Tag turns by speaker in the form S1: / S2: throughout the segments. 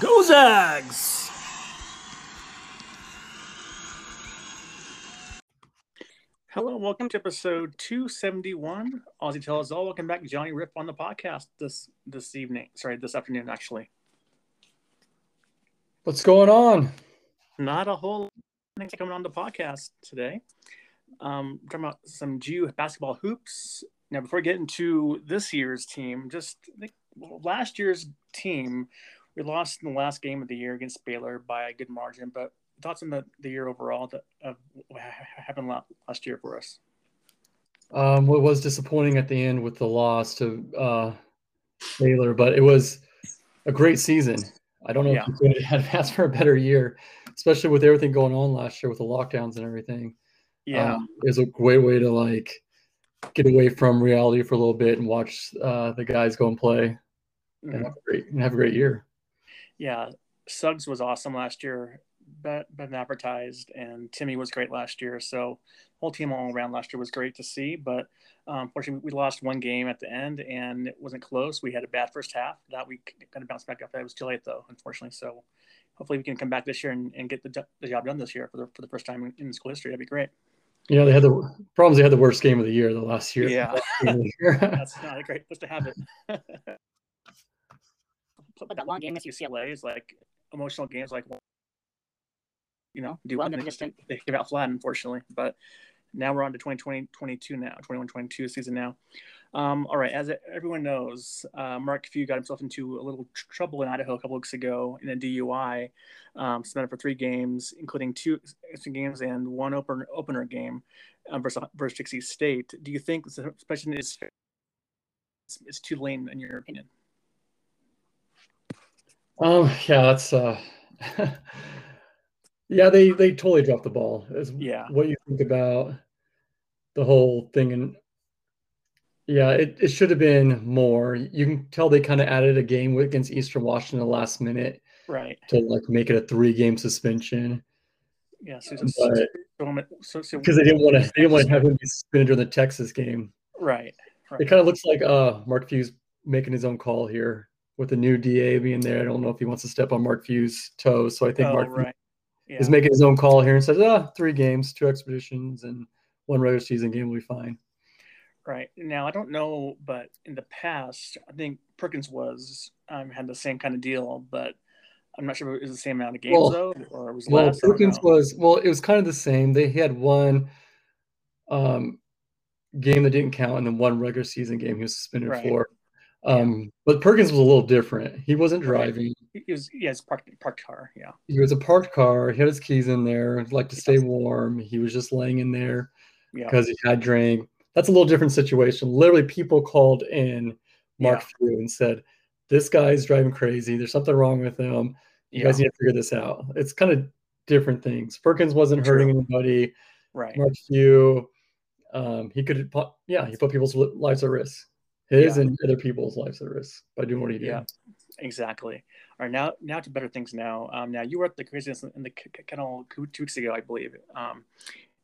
S1: Go Zags! Hello and welcome to episode 271. Aussie Tell Us All. Welcome back, Johnny Rip, on the podcast this this evening. Sorry, this afternoon, actually.
S2: What's going on?
S1: Not a whole lot of things coming on the podcast today. Um, talking about some GU basketball hoops. Now, before we get into this year's team, just I think last year's team, we lost in the last game of the year against Baylor by a good margin, but thoughts on the, the year overall that uh, what ha- happened la- last year for us?
S2: Um, what was disappointing at the end with the loss to uh, Baylor, but it was a great season. I don't know
S1: Yeah.
S2: if you could have asked for a better year, especially with everything going on last year with the lockdowns and everything.
S1: Yeah.
S2: um, it was a great way to like get away from reality for a little bit and watch uh, the guys go and play
S1: Mhm.
S2: and have a great and have a great year.
S1: Yeah, Suggs was awesome last year, but been advertised, and Timmy was great last year. So whole team all around last year was great to see. But um, fortunately, we lost one game at the end, and it wasn't close. We had a bad first half. That we kind of bounced back up. That was too late though, unfortunately. So hopefully, we can come back this year and, and get the, jo- the job done this year for the for the first time in, in school history. That'd be great.
S2: You know, they had the problems. They had the worst game of the year the last year.
S1: Yeah.
S2: Last year of the year.
S1: That's not a great place to have it. but that long game against UCLA is like emotional games, like you know, do well, and then just they came out flat, unfortunately. But now we're on to 2020, 22 now, 21, 22 season now. Um, all right, as everyone knows, uh, Mark Few got himself into a little tr- trouble in Idaho a couple weeks ago in a DUI, um, suspended for three games, including two extra games and one open opener game um, versus, versus Dixie State. Do you think the suspension is it's, it's too lame in your opinion?
S2: Um, yeah, that's uh yeah, they they totally dropped the ball. Is
S1: Yeah.
S2: what you think about the whole thing and yeah, it, it should have been more. You can tell they kind of added a game against Eastern Washington last minute
S1: Right.
S2: to like make it a three game suspension
S1: Yeah. So,
S2: because
S1: so, so, so, so-
S2: they didn't want to they didn't want to have him be suspended during the Texas game.
S1: right.
S2: It kind of looks like uh Mark Few's making his own call here with the new DA being there. I don't know if he wants to step on Mark Few's toes, so I think
S1: Oh,
S2: Mark Few
S1: right. Yeah.
S2: is making his own call here and says, ah, three games, two expeditions, and one regular season game will be fine.
S1: Right. Now, I don't know, but in the past, I think Perkins was um, had the same kind of deal, but I'm not sure if it was the same amount of games
S2: Well-
S1: though, or it was
S2: Well,
S1: less. I don't
S2: Perkins
S1: know.
S2: was well, it was kind of the same. They had one um, game that didn't count, and then one regular season game he was suspended
S1: Right.
S2: for. Um, But Perkins was a little different. He wasn't
S1: Right.
S2: driving.
S1: It was yeah, it's parked parked car. Yeah.
S2: He was a parked car. He had his keys in there, like to stay warm. He was just laying in there.
S1: Yeah.
S2: because he had drank. That's a little different situation. Literally, people called in Mark
S1: Yeah.
S2: Few and said, "This guy's driving crazy. There's something wrong with him. You
S1: Yeah.
S2: guys need to figure this out." It's kind of different things. Perkins wasn't
S1: True.
S2: hurting anybody.
S1: Right.
S2: Mark Few, um, he could, put, yeah, he put people's li- lives at risk, his
S1: Yeah.
S2: and other people's lives at risk by doing what he did.
S1: Yeah. Exactly. All right, now now to better things. Now, um, now you were at the craziness in the K- K- kennel two weeks ago, I believe. Um,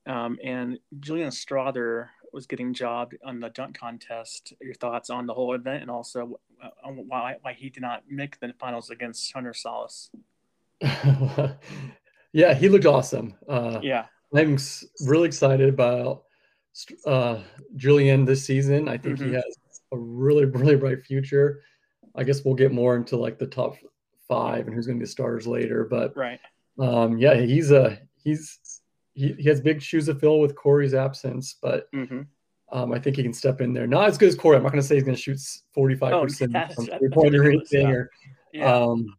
S1: um, and Julian Strother was getting jobbed on the dunk contest. Your thoughts on the whole event, and also uh, on why why he did not make the finals against Hunter Solace?
S2: yeah, he looked awesome. Uh,
S1: Yeah,
S2: I'm s- really excited about st- uh, Julian this season. I think
S1: Mhm.
S2: he has a really, really bright future. I guess we'll get more into like the top five and who's going to be the starters later. But
S1: right.
S2: um, yeah, he's a he's he, he has big shoes to fill with Corey's absence, but
S1: hmm
S2: um, I think he can step in there. Not as good as Corey. I'm not going to say he's going to shoot 45
S1: Oh,
S2: percent
S1: yeah,
S2: from
S1: that's-
S2: three point or
S1: that's ridiculous,
S2: anything,
S1: yeah.
S2: or
S1: Yeah,
S2: um,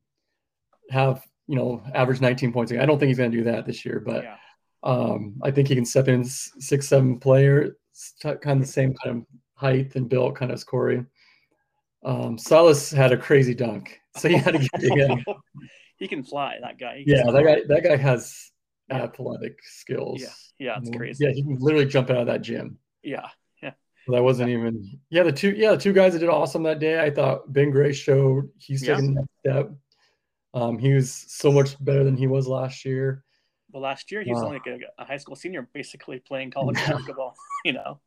S2: have you know average 19 points. a game. I don't think he's going to do that this year, but.
S1: yeah,
S2: Um, I think he can step in s- six, seven player, s- t- kind of the same kind of height and build, kind of as Corey. Um, Salas had a crazy dunk, so you had to give it again.
S1: he can fly. That guy. He can
S2: Yeah, that guy, that guy has
S1: Yeah.
S2: athletic skills. Mm-hmm.
S1: Yeah, yeah, it's crazy.
S2: Yeah, he can literally jump out of that gym.
S1: Yeah,
S2: That wasn't even. Yeah, the two, yeah, the two guys that did awesome that day. I thought Ben Gray showed he's
S1: Yeah.
S2: taking the next step. Um, he was so much better than he was last year.
S1: Well, last year he was
S2: Wow.
S1: only like a, a high school senior, basically playing college basketball. You know.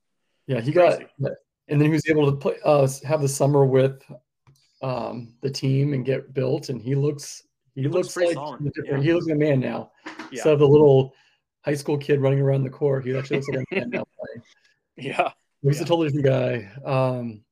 S2: Yeah, he
S1: Crazy.
S2: got, and then he was able to play, uh, have the summer with um, the team and get built, and he looks He looks,
S1: pretty
S2: like
S1: solid,
S2: a different-
S1: yeah.
S2: he looks like a man now.
S1: Yeah.
S2: So the little high school kid running around the court, he actually looks like a man now. playing.
S1: Yeah.
S2: He's a
S1: Yeah.
S2: totally different guy. Um,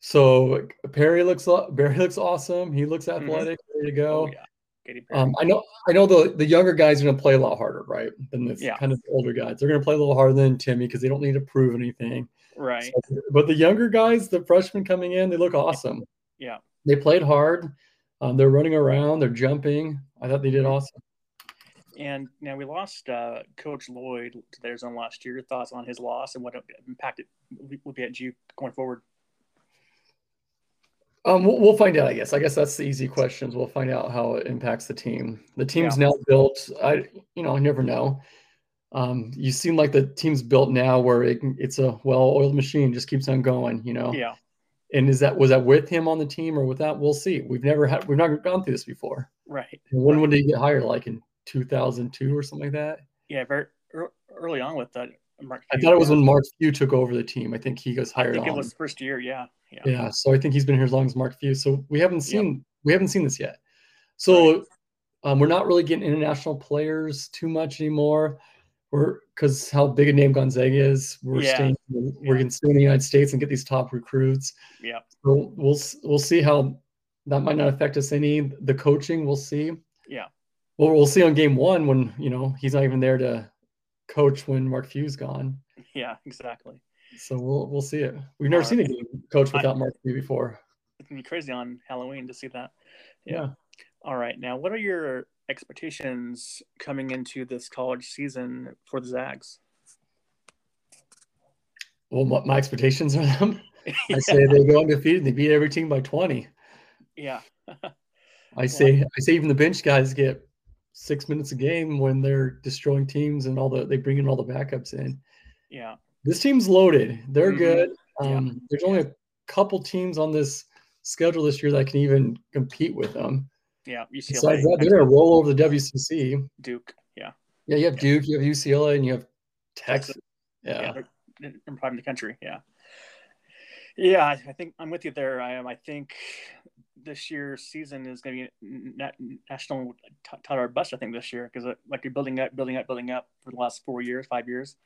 S2: so Perry looks aw- Barry looks awesome. He looks athletic, ready to go.
S1: Mm-hmm. Oh, yeah. Katy Perry.
S2: Um, I know, I know the the younger guys are going to play a lot harder, right? Than the
S1: Yeah.
S2: kind of older guys. They're going to play a little harder than Timmy because they don't need to prove anything.
S1: right.
S2: So- but the younger guys, the freshmen coming in, they look awesome.
S1: Yeah.
S2: they played hard. Um, they're running around. They're jumping. I thought they
S1: Mm-hmm.
S2: did awesome.
S1: And now we lost uh, Coach Lloyd to their zone last year. Thoughts on his loss and what impact it would be at Duke going forward?
S2: Um, we'll, we'll find out. I guess. I guess that's the easy questions. We'll find out how it impacts the team. The team's now built. I, you know, I never know. Um, you seem like the team's built now where it can, it's a well-oiled machine, just keeps on going. You know.
S1: Yeah.
S2: And is that was that with him on the team or without? We'll see. We've never had we've not gone through this before.
S1: Right.
S2: And when would he get hired? Like in 2002 or something like that.
S1: Yeah. Very ear- early on with that. Mark
S2: I
S1: Hughes.
S2: thought it was when Mark Few took over the team. I think he goes
S1: I
S2: hired
S1: think
S2: on.
S1: it was first year. Yeah. Yeah.
S2: yeah, so I think he's been here as long as Mark Few. So we haven't seen we haven't seen this yet. So um, we're not really getting international players too much anymore. We're because how big a name Gonzaga is. We're
S1: Yeah.
S2: staying we're
S1: Yeah.
S2: gonna stay in the United States and get these top recruits.
S1: Yeah.
S2: So we'll s- we'll see how that might not affect us any. The coaching, we'll see.
S1: Yeah.
S2: Well, we'll see on game one when you know he's not even there to coach when Mark Few's gone.
S1: Yeah, Exactly.
S2: So we'll we'll see it. We've never
S1: All
S2: seen a game coach
S1: I-
S2: without Mark Few before.
S1: It's gonna be crazy on Halloween to see that.
S2: Yeah.
S1: All right. Now, what are your expectations coming into this college season for the Zags?
S2: Well, my, my expectations are them. I say they go undefeated. They beat every team by twenty.
S1: Yeah.
S2: I say I say even the bench guys get six minutes a game when they're destroying teams and all the they bring in all the backups in.
S1: Yeah.
S2: This team's loaded. They're
S1: Mhm.
S2: good.
S1: Yeah.
S2: Um, There's only a couple teams on this schedule this year that can even compete with them.
S1: Yeah. UCLA,
S2: Besides that, they're gonna roll over the WCC.
S1: Duke. Yeah.
S2: Yeah, you have Duke, you have UCLA, and you have Texas.
S1: yeah,
S2: Yeah,
S1: they're, they're probably in the country. Yeah, yeah. I I think I'm with you there. I am. I think this year's season is going to be na- national t- title bust. I think this year because like you're building up, building up, building up for the last four years, five years.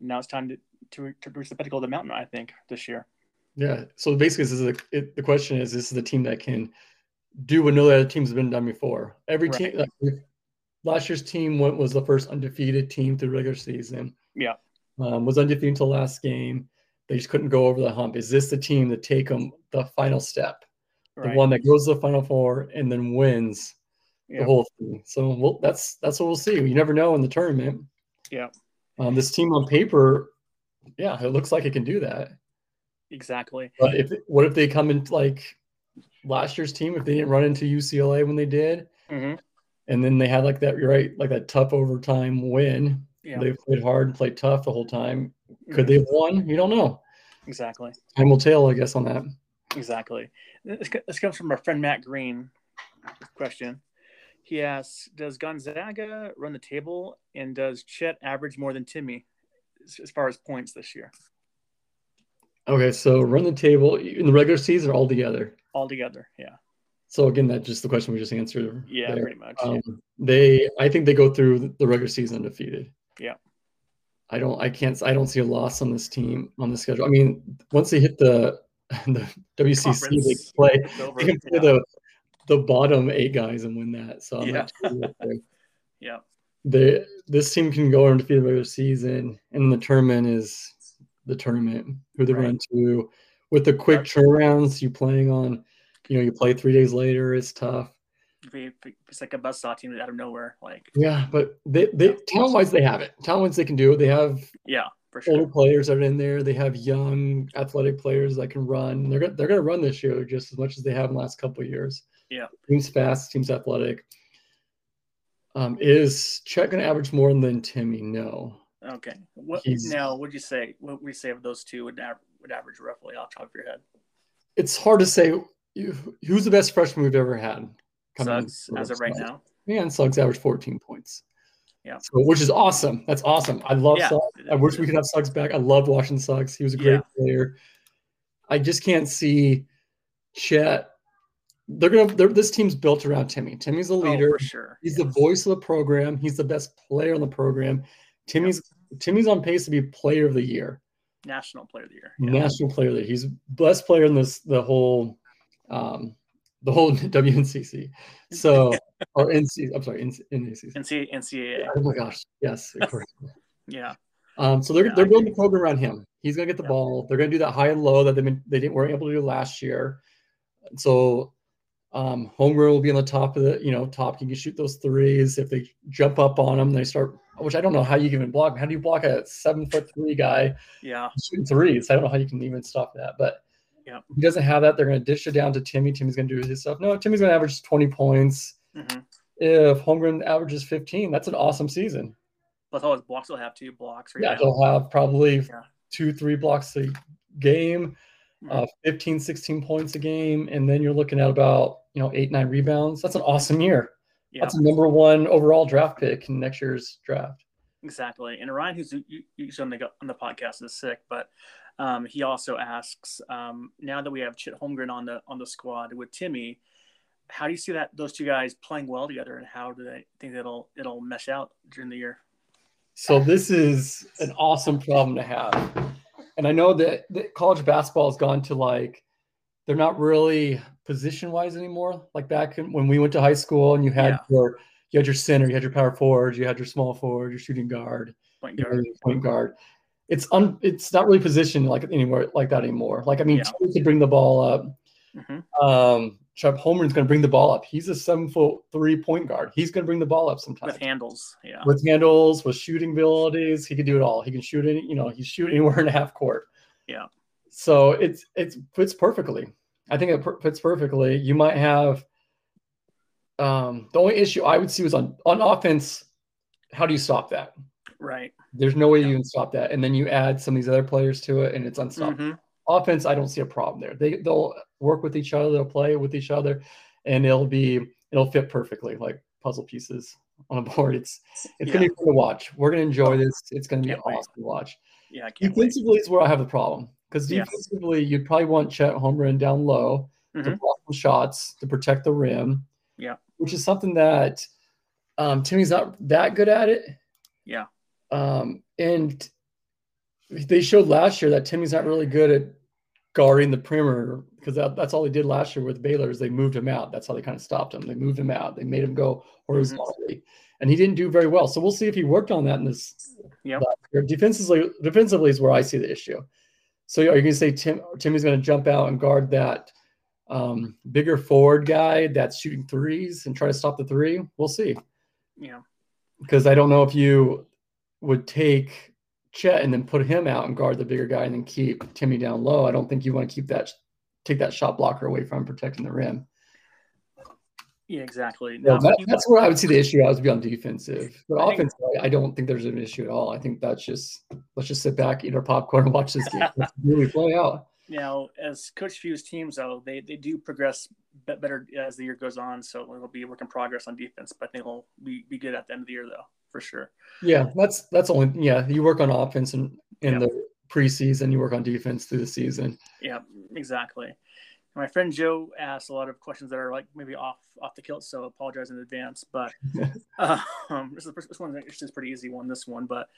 S1: Now it's time to to, to reach the pinnacle of the mountain. I think this year.
S2: yeah. So basically, this is a, it, the question is: This is the team that can do what no other teams have been done before. Every team, like, if- last year's team went was the first undefeated team through regular season.
S1: Yeah.
S2: um, was undefeated until last game. They just couldn't go over the hump. Is this the team that take them the final step,
S1: Right.
S2: the one that goes to the final four and then wins
S1: yeah.
S2: the whole thing? So, well, that's that's what we'll see. You never know in the tournament.
S1: Yeah.
S2: Um, this team on paper, yeah, it looks like it can do that.
S1: exactly.
S2: But if what if they come in like last year's team if they didn't run into UCLA when they did,
S1: hmm
S2: and then they had like that you're right like that tough overtime win.
S1: Yeah. Mm-hmm.
S2: They played hard and played tough the whole time. Could they have won? You don't know.
S1: Exactly.
S2: Time will tell, I guess, on that.
S1: Exactly. This, co- this comes from our friend Matt Green. Question. He asks, "Does Gonzaga run the table, and does Chet average more than Timmy as, as far as points this year
S2: Okay, so run the table in the regular season or all together.
S1: altogether?" Yeah,
S2: So again, that's just the question we just answered.
S1: yeah,
S2: there.
S1: pretty much.
S2: Um, They, I think they go through the regular season undefeated.
S1: Yeah.
S2: I don't, I can't, I don't see a loss on this team on the schedule. I mean, once they hit the the WCC, they
S1: Conference.
S2: play,
S1: It's over,
S2: they can play
S1: yeah.
S2: the the bottom eight guys and win that. So I'm
S1: Yeah.
S2: not too worried there.
S1: Yeah.
S2: the this team can go undefeated regular season, and the tournament is the tournament. Who they
S1: Right.
S2: run to with the quick
S1: Right.
S2: turnarounds. You playing on, you know, you play three days later. It's tough.
S1: Be- be- It's like a buzzsaw team out of nowhere. Like,
S2: Yeah, but they, they talent wise they have it. Talent wise they can do it. They have
S1: yeah, for
S2: older
S1: sure.
S2: players that are in there. They have young athletic players that can run. They're gonna, they're going to run this year just as much as they have in the last couple of years.
S1: Yeah.
S2: teams fast, teams athletic. Um, is Chet going to average more than Timmy? No.
S1: Okay. What
S2: He's-
S1: now? Would you say? What would you say of those two would aver would average roughly off the top of your head?
S2: It's hard to say you- who's the best freshman we've ever had. coming in
S1: Suggs
S2: for
S1: as
S2: this
S1: of right
S2: month.
S1: now.
S2: Yeah, and Suggs averaged 14 points.
S1: Yeah.
S2: So, which is awesome. That's awesome. I love
S1: Yeah.
S2: Suggs. I wish we could have Suggs back. I love watching Suggs. He was a great
S1: Yeah.
S2: player. I just can't see Chet they're gonna. They're, this team's built around Timmy. Timmy's the leader.
S1: Oh, for sure.
S2: He's the voice of the program. He's the best player on the program. Timmy's Timmy's on pace to be player of the year,
S1: National Player of the Year.
S2: national player of the year. He's best player in this the whole um the whole WNCC. So or NC I'm sorry, NC, NACC.
S1: NC NCAA.
S2: Oh my gosh. Yes, of course.
S1: Yeah.
S2: Um, so they're,
S1: Yeah, I
S2: they're building
S1: agree.
S2: the program around him. He's going to get the
S1: Yeah.
S2: ball. They're going to do that high and low that they they didn't weren't able to do last year. So um, Homer will be on the top of the you know top. He can shoot those threes. If they jump up on him, they start. Which I don't know how you can even block. How do you block a seven foot three guy
S1: Yeah.
S2: shooting threes? I don't know how you can even stop that. But
S1: Yeah.
S2: he doesn't have that. They're going to dish it down to Timmy. Timmy's going to do his stuff. No, Timmy's going to average twenty points.
S1: Mm-hmm.
S2: If Holmgren averages fifteen, that's an awesome season.
S1: Plus all his blocks will have two blocks.
S2: Yeah,
S1: now.
S2: he'll have probably
S1: Yeah.
S2: two, three blocks a game,
S1: Mhm.
S2: uh, 15, 16 points a game. And then you're looking at about, you know, eight, nine rebounds. That's an awesome year.
S1: yeah.
S2: That's a number one overall draft pick in next year's draft.
S1: Exactly. And Ryan, who's u- usually on the, go- on the podcast, is sick, but um, he also asks, um, now that we have Chit Holmgren on the on the squad with Timmy, how do you see that those two guys playing well together, and how do they think it'll it'll mesh out during the year?
S2: So this is an awesome problem to have. And I know that, that college basketball has gone to like, they're not really position wise anymore. Like back in, when we went to high school and you had
S1: Yeah.
S2: your, you had your center, you had your power forward, you had your small forward, your shooting guard.
S1: Point
S2: you know,
S1: guard.
S2: your point guard. It's un, it's not really positioned like anywhere like that anymore. Like I mean,
S1: Yeah.
S2: Timmy could bring the ball up.
S1: hmm
S2: Um, Chubb Holmgren's going to bring the ball up. He's a seven foot three point guard. He's going to bring the ball up sometimes
S1: With handles, yeah,
S2: with handles, with shooting abilities. He can do it all. He can shoot any, you know, he shoot anywhere in half court.
S1: Yeah.
S2: So it's it's fits perfectly. I think it per- fits perfectly. You might have um, the only issue I would see was on on offense. How do you stop that?
S1: right.
S2: There's no way
S1: Yeah.
S2: you can stop that. And then you add some of these other players to it, and it's unstoppable.
S1: hmm
S2: Offense, I don't see a problem there. They they'll work with each other, they'll play with each other, and it'll be it'll fit perfectly like puzzle pieces on a board. It's it's gonna be fun to watch. We're gonna enjoy this. It's gonna be
S1: Oh, Can't wait.
S2: awesome to watch.
S1: Yeah, I can't wait.
S2: Defensively is where I have the problem because
S1: Yeah.
S2: defensively you'd probably want Chet Holmgren down low to
S1: Mhm.
S2: block some shots to protect the rim.
S1: Yeah.
S2: which is something that um, Timmy's not that good at it.
S1: Yeah.
S2: um, and they showed last year that Timmy's not really good at guarding the perimeter because that, that's all they did last year with Baylor is they moved him out. That's how they kind of stopped him. They moved him out. They made him go horizontally, and he didn't do very well. So we'll see if he worked on that in this.
S1: Yeah.
S2: last year. defensively, defensively is where I see the issue. So are you going to say Tim Timmy's going to jump out and guard that um, bigger forward guy that's shooting threes and try to stop the three? We'll see
S1: Yeah,
S2: because I don't know if you would take Chet and then put him out and guard the bigger guy and then keep Timmy down low. I don't think you want to keep that take that shot blocker away from protecting the rim.
S1: yeah, exactly.
S2: No,
S1: Now,
S2: that-
S1: you-
S2: that's where I would see the issue. I would be on defensive, but
S1: Um, I think-
S2: offensive, I don't think there's an issue at all. I think that's just let's just sit back, eat our popcorn, and watch this game Let's really play out.
S1: Now, as Coach Few's teams, though, they, they do progress be- better as the year goes on. So it'll be a work in progress on defense, but they'll be, be good at the end of the year, though, for sure.
S2: Yeah, that's that's only yeah. You work on offense and in
S1: Yeah.
S2: the preseason, you work on defense through the season.
S1: Yeah, exactly. My friend Joe asked a lot of questions that are like maybe off off the kilt, so apologize in advance. But um, this is this one's actually a pretty easy one. This one, but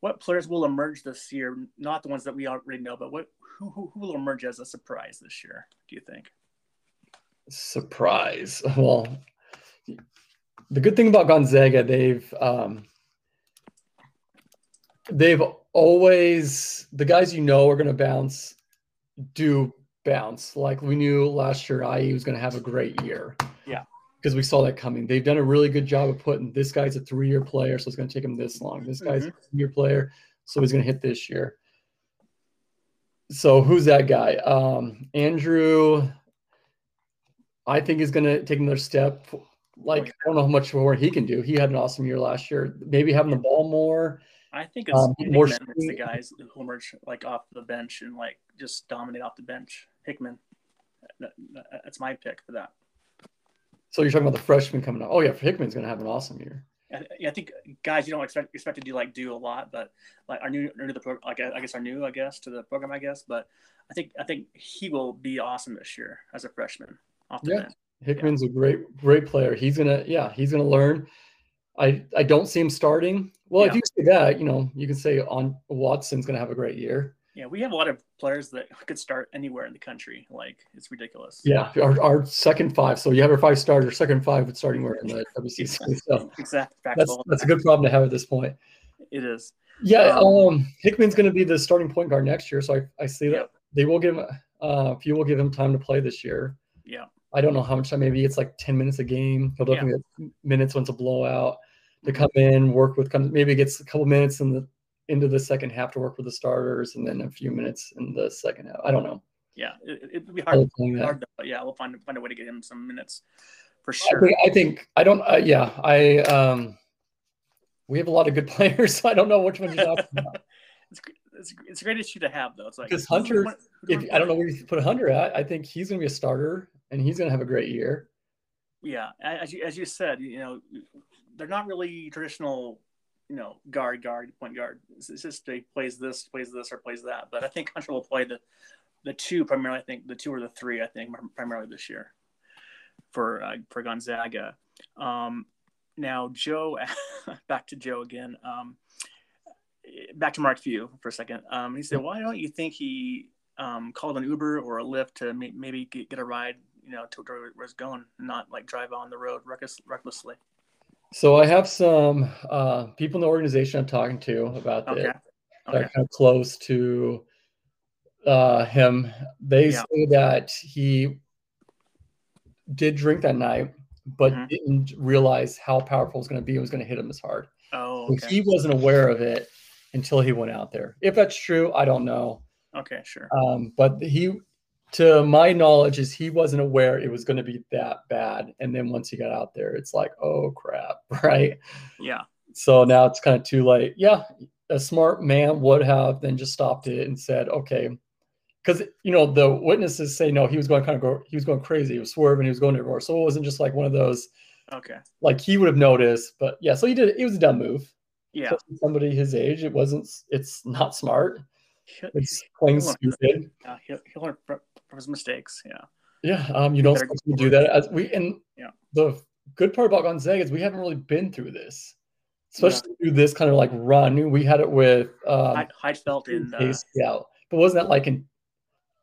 S1: what players will emerge this year? Not the ones that we already know, but what who who, who will emerge as a surprise this year? Do you think?
S2: Surprise. Well, the good thing about Gonzaga, they've um, they've always the guys you know are going to bounce do bounce. Like we knew last year, IE was going to have a great year.
S1: Yeah.
S2: Because we saw that coming. They've done a really good job of putting this guy's a three year player, so it's going to take him this long. This guy's a three year player, so he's going to hit this year. So who's that guy? Um, Andrew, I think is going to take another step. Like I don't know how much more he can do. He had an awesome year last year. Maybe having the ball more.
S1: I think it's
S2: Um,
S1: Hickman
S2: more
S1: is the
S2: shooting-
S1: guys who emerge like off the bench and like just dominate off the bench. Hickman, That- that- that's my pick for that.
S2: So you're talking about the freshman coming up. Oh yeah, Hickman's going to have an awesome year.
S1: I, I think guys you don't expect expect to do like do a lot, but like are new, new to the program. Like I I guess are new, I guess to the program, I guess. But I think I think he will be awesome this year as a freshman off the
S2: Yeah.
S1: bench.
S2: Hickman's a great great player. He's gonna yeah he's gonna learn. I I don't see him starting. Well, if
S1: Yeah.
S2: you say that, you know, you can say on Watson's gonna have a great year.
S1: Yeah, we have a lot of players that could start anywhere in the country. Like it's ridiculous.
S2: Yeah, our, our second five. So you have your five starter, second five with starting where in the WCC. So
S1: Exact
S2: that's
S1: factual.
S2: that's a good problem to have at this point.
S1: It is.
S2: Yeah,
S1: Um,
S2: um, Hickman's going to be the starting point guard next year, so I, I see that
S1: Yep.
S2: they will give him uh, few will give him time to play this year.
S1: Yeah.
S2: I don't know how much time. Maybe it's like ten minutes a game. He'll
S1: Yeah. Mm-hmm.
S2: definitely get minutes once a blowout to come in, work with. Come, maybe gets a couple minutes in the into the second half to work with the starters, and then a few minutes in the second half. I don't know.
S1: Yeah, it, it would be
S2: how
S1: hard.
S2: they're playing that.
S1: hard to, but yeah, we'll find find a way to get him some minutes for
S2: I,
S1: sure.
S2: think, I think I don't. Uh, yeah, I. um We have a lot of good players. So I don't know which one you're talking about.
S1: It's, gr- it's, gr- it's a great issue to have though. It's like
S2: Because
S1: who do we
S2: Hunter-
S1: want- who do we
S2: if I don't know
S1: want-
S2: where you put Hunter at, I think he's going to be a starter and he's going to have a great year.
S1: Yeah, a- as you as you said, you know, they're not really traditional. You know, guard, guard, point guard. It's, it's just they plays this, plays this, or plays that. But I think Hunter will play the the two primarily. I think the two or the three. I think primarily this year for uh, for Gonzaga. Um, now, Joe, back to Joe again. Um, back to Mark Few for a second. Um, he said, "Why don't you think he um, called an Uber or a Lyft to may- maybe get, get a ride? You know, to where where it's going, not like drive on the road reckless, recklessly."
S2: So I have some uh, people in the organization I'm talking to about this
S1: Okay.
S2: that
S1: Okay.
S2: are kind of close to uh, him. They
S1: Yeah.
S2: say that he did drink that night, but
S1: Mhm.
S2: didn't realize how powerful it was going to be. It was going to hit him as hard.
S1: Oh,
S2: So
S1: okay.
S2: He wasn't aware of it until he went out there. If that's true, I don't know.
S1: Okay, sure.
S2: um, but he to my knowledge is he wasn't aware it was going to be that bad and then once he got out there it's like oh crap right
S1: Yeah.
S2: so now it's kind of too late yeah a smart man would have then just stopped it and said okay because you know the witnesses say no he was going kind of go he was going crazy he was swerving he was going everywhere so it wasn't just like one of those
S1: Okay.
S2: like he would have noticed but yeah so he did it was a dumb move
S1: Yeah.
S2: Especially somebody his age it wasn't it's not smart
S1: He'll,
S2: it's plain
S1: Come on.
S2: stupid
S1: uh, he'll, he'll learn from from his mistakes. Yeah.
S2: Yeah, um, you don't
S1: better go
S2: supposed to do
S1: forward.
S2: that. As we and
S1: Yeah.
S2: the good part about Gonzaga is we haven't really been through this, especially through this kind of like run. We had it with um,
S1: Heid- Heidfeld in uh,
S2: Case- yeah, but wasn't that like in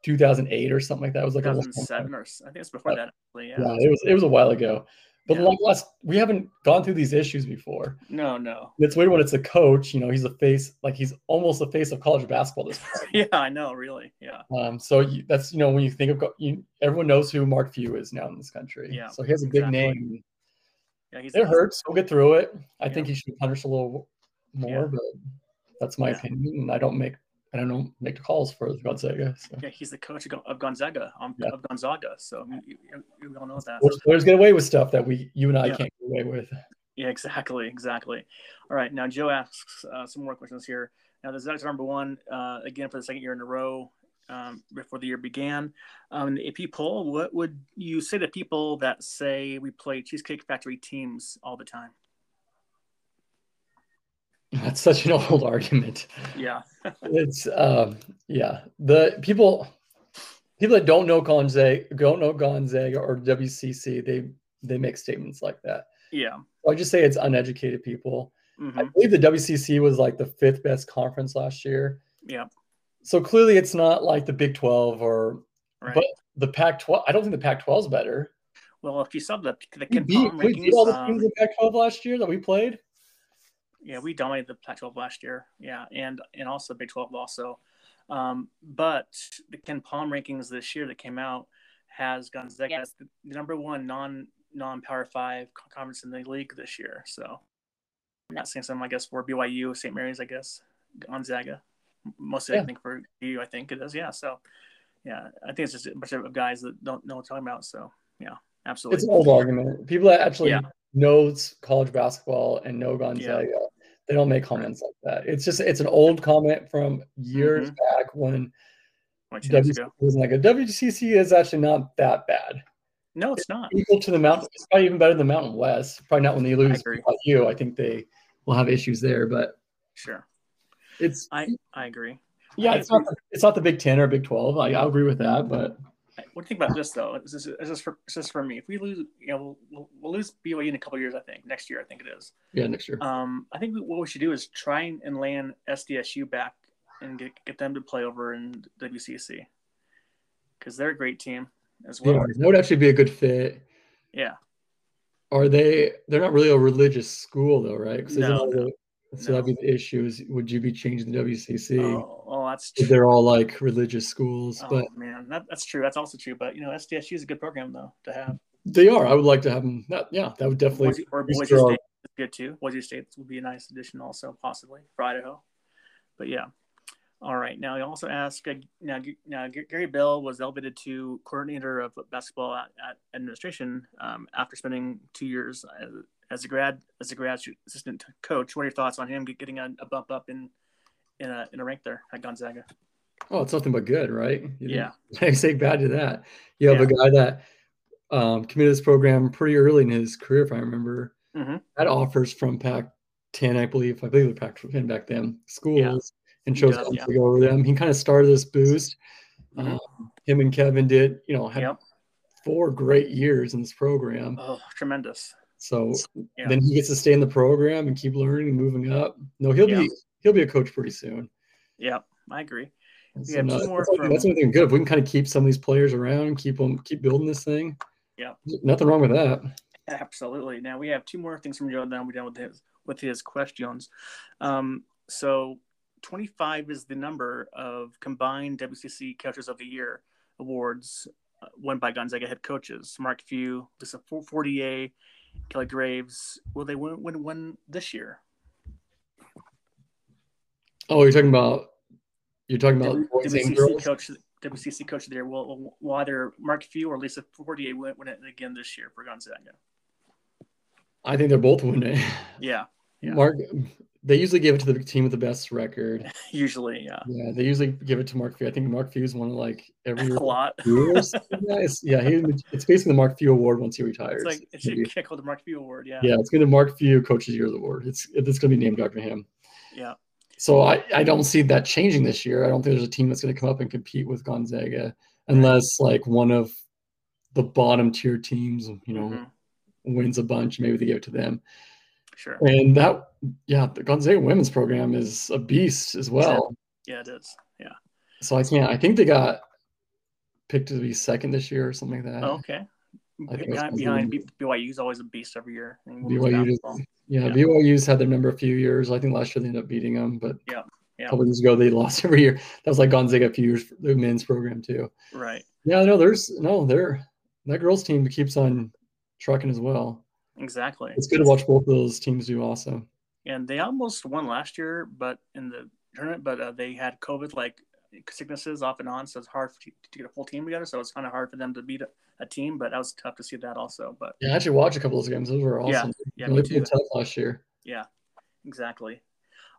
S2: 2008 or something like that? It was like a long time ago.
S1: 2007 or s- I think it's before
S2: Yeah.
S1: that. Actually. Yeah.
S2: Yeah, it was it was a while ago. But
S1: Yeah.
S2: like last, we haven't gone through these issues before.
S1: No, no.
S2: And It's weird when it's a coach. You know, he's a face, like he's almost the face of college basketball at this point.
S1: Yeah, I know. Really. Yeah.
S2: Um, so you, that's you know when you think of go- you, everyone knows who Mark Few is now in this country.
S1: Yeah,
S2: so he has a big
S1: exactly.
S2: name.
S1: Yeah. He's,
S2: It hurts. We'll get through it. I
S1: Yeah.
S2: think he should have punished a little more,
S1: Yeah.
S2: but that's my
S1: Yeah.
S2: opinion. And I don't make I don't know make the calls for Gonzaga. So.
S1: Yeah, he's the coach of Gon- of Gonzaga. Um,
S2: Yeah.
S1: Of Gonzaga. So you, you, you all know that.
S2: Which players get away with stuff that we you and I
S1: Yeah.
S2: can't get away with.
S1: Yeah, exactly, exactly. All right, now Joe asks uh, some more questions here. Now, the Zags are number one uh, again for the second year in a row um, before the year began. Um, in the AP poll, what would you say to people that say we play Cheesecake Factory teams all the time?
S2: That's such an old argument.
S1: Yeah,
S2: It's um yeah. The people people that don't know Gonzaga don't know Gonzaga or WCC they they make statements like that.
S1: yeah,
S2: I just say it's uneducated people.
S1: hmm
S2: I believe the WCC was like the fifth best conference last year.
S1: yeah,
S2: So clearly it's not like the Big 12 or
S1: right.
S2: But- the Pac 12. I don't think the Pac 12 is better.
S1: well, if you saw the the
S2: We
S1: Ken
S2: beat,
S1: Palm
S2: we beat all
S1: rankings,
S2: the teams
S1: um,
S2: in Pac 12 last year that we played.
S1: yeah, we dominated the Pac-12 last year. Yeah, and and also Big 12 also. Um, but the Ken Palm rankings this year that came out has Gonzaga as the number one non non Power Five co- conference in the league this year. So I'm not saying some, I guess, for BYU, St. Mary's, I guess, Gonzaga. Mostly,
S2: Yeah.
S1: I think for you, I think it is. Yeah. So yeah, I think it's just a bunch of guys that don't know what they're talking about. So yeah, absolutely.
S2: It's an old argument. People that actually
S1: Yeah.
S2: know it's college basketball and know Gonzaga, they don't make comments like that. It's just, it's an old comment from years back when
S1: Like Mm-hmm. two years
S2: WCC
S1: ago.
S2: was like a WCC is actually not that bad.
S1: No, it's not.
S2: equal to the mountain. It's probably even better than the Mountain West. Probably not when they lose
S1: agree.
S2: like you. I think they will have issues there, but
S1: Sure.
S2: it's
S1: I I agree.
S2: yeah,
S1: I
S2: it's not, the- it's not the Big Ten or Big Twelve. I, I agree with that, but
S1: What do you think about this though? This is, this is for this is for me. If we lose, you know, we'll, we'll lose BYU in a couple years. I think next year. I think it is.
S2: Yeah, next year.
S1: Um, I think we, what we should do is try and, and land SDSU back and get, get them to play over in WCC because they're a great team as well.
S2: Yeah, that would actually be a good fit.
S1: Yeah.
S2: Are they? They're not really a religious school though, right? 'Cause isn't
S1: No,
S2: all the- so
S1: no.
S2: that'd be the issue. Is would you be changing the WCC?
S1: Oh, oh, that's true.
S2: if They're all like religious schools,
S1: Oh
S2: but
S1: man, that, that's true. That's also true. But you know, SDSU is a good program though to have.
S2: they are. I would like to have them. That, yeah, that would definitely.
S1: Boise, or
S2: these
S1: Boise
S2: are all-
S1: State is good too. Boise State would be a nice addition also, possibly for Idaho. But yeah. All right. Now, I also ask uh, now, G- now G- Gary Bell was elevated to coordinator of basketball at, at administration um, after spending two years as, as a grad as a graduate assistant coach. What are your thoughts on him getting a, a bump up in in a, in a rank there at Gonzaga?
S2: Oh, it's nothing but good, right? You
S1: Yeah.
S2: I say bad to that. You have a guy that um, committed to this program pretty early in his career, if I remember.
S1: Mhm.
S2: Had offers from Pac 10, I believe. I believe the Pac 10 back then, schools, and
S1: He
S2: chose
S1: does,
S2: not
S1: yeah.
S2: to go over them. He kind of started this boost.
S1: Mhm.
S2: Um, him and Kevin did, you know, had
S1: Yep.
S2: four great years in this program.
S1: Oh, tremendous.
S2: So
S1: Yeah.
S2: then he gets to stay in the program and keep learning and moving up. No, he'll
S1: Yeah.
S2: be he'll be a coach pretty soon.
S1: Yep, I agree. We
S2: And so
S1: have
S2: no,
S1: two more
S2: that's, only- that's
S1: from-
S2: only thing good. If we can kind of keep some of these players around, keep them, keep building this thing.
S1: Yeah.
S2: nothing wrong with that.
S1: Absolutely. Now we have two more things from Joe, and then we're done with his with his questions. Um, so, twenty five is the number of combined WCC Coaches of the Year awards uh, won by Gonzaga head coaches Mark Few, Lisa Fo- Fortier, Kelly Graves. Will they win, win one this year?
S2: Oh, you're talking about you're talking about
S1: W-
S2: boys and
S1: WCC
S2: girls.
S1: coach, WCC Coach of the Year. Will, will- will either Mark Few or Lisa Fortier win, win it again this year for Gonzaga?
S2: I think they're both winning.
S1: Yeah, Yeah.
S2: Mark, they usually give it to the team with the best record.
S1: usually, uh, yeah,
S2: Yeah, they usually give it to Mark Few. I think Mark Few's won like every
S1: a lot.
S2: year or something. Yeah, it's, yeah, he, it's basically the Mark Few Award once he retires.
S1: It's like it's a
S2: Maybe.
S1: kick called the Mark Few Award. Yeah.
S2: Yeah, it's going to Mark Few Coach of the Year Award. It's it's going to be named after him.
S1: Yeah.
S2: So I, I don't see that changing this year. I don't think there's a team that's going to come up and compete with Gonzaga unless like one of the bottom tier teams, you know,
S1: Mhm.
S2: wins a bunch. Maybe they give it to them.
S1: Sure.
S2: And that, yeah, the Gonzaga women's program is a beast as well.
S1: Yeah, it is. Yeah.
S2: So I can't. I think they got picked to be second this year or something like that.
S1: Oh, okay.
S2: I think
S1: Behind,
S2: it's
S1: behind B- BYU is always a beast every year. in women's
S2: BYU just-
S1: basketball.
S2: Yeah,
S1: Yeah.
S2: BYU's had their number a few years. I think last year they ended up beating them, but
S1: Yeah, yeah.
S2: a couple years ago they lost every year. That was like Gonzaga a few years for the men's program too.
S1: Right.
S2: Yeah, no, there's no there. That girls team keeps on trucking as well.
S1: Exactly.
S2: It's good to watch both of those teams do also.
S1: And they almost won last year, but in the tournament, but uh, they had COVID like sicknesses off and on, so it's hard for, to to get a full team together. So it's kind of hard for them to beat a, a team, but that was tough to see that also. But
S2: Yeah, I actually watched a couple of those games. Those were
S1: Yeah,
S2: awesome.
S1: yeah,
S2: You know,
S1: me
S2: they played
S1: too.
S2: tough last year.
S1: Exactly.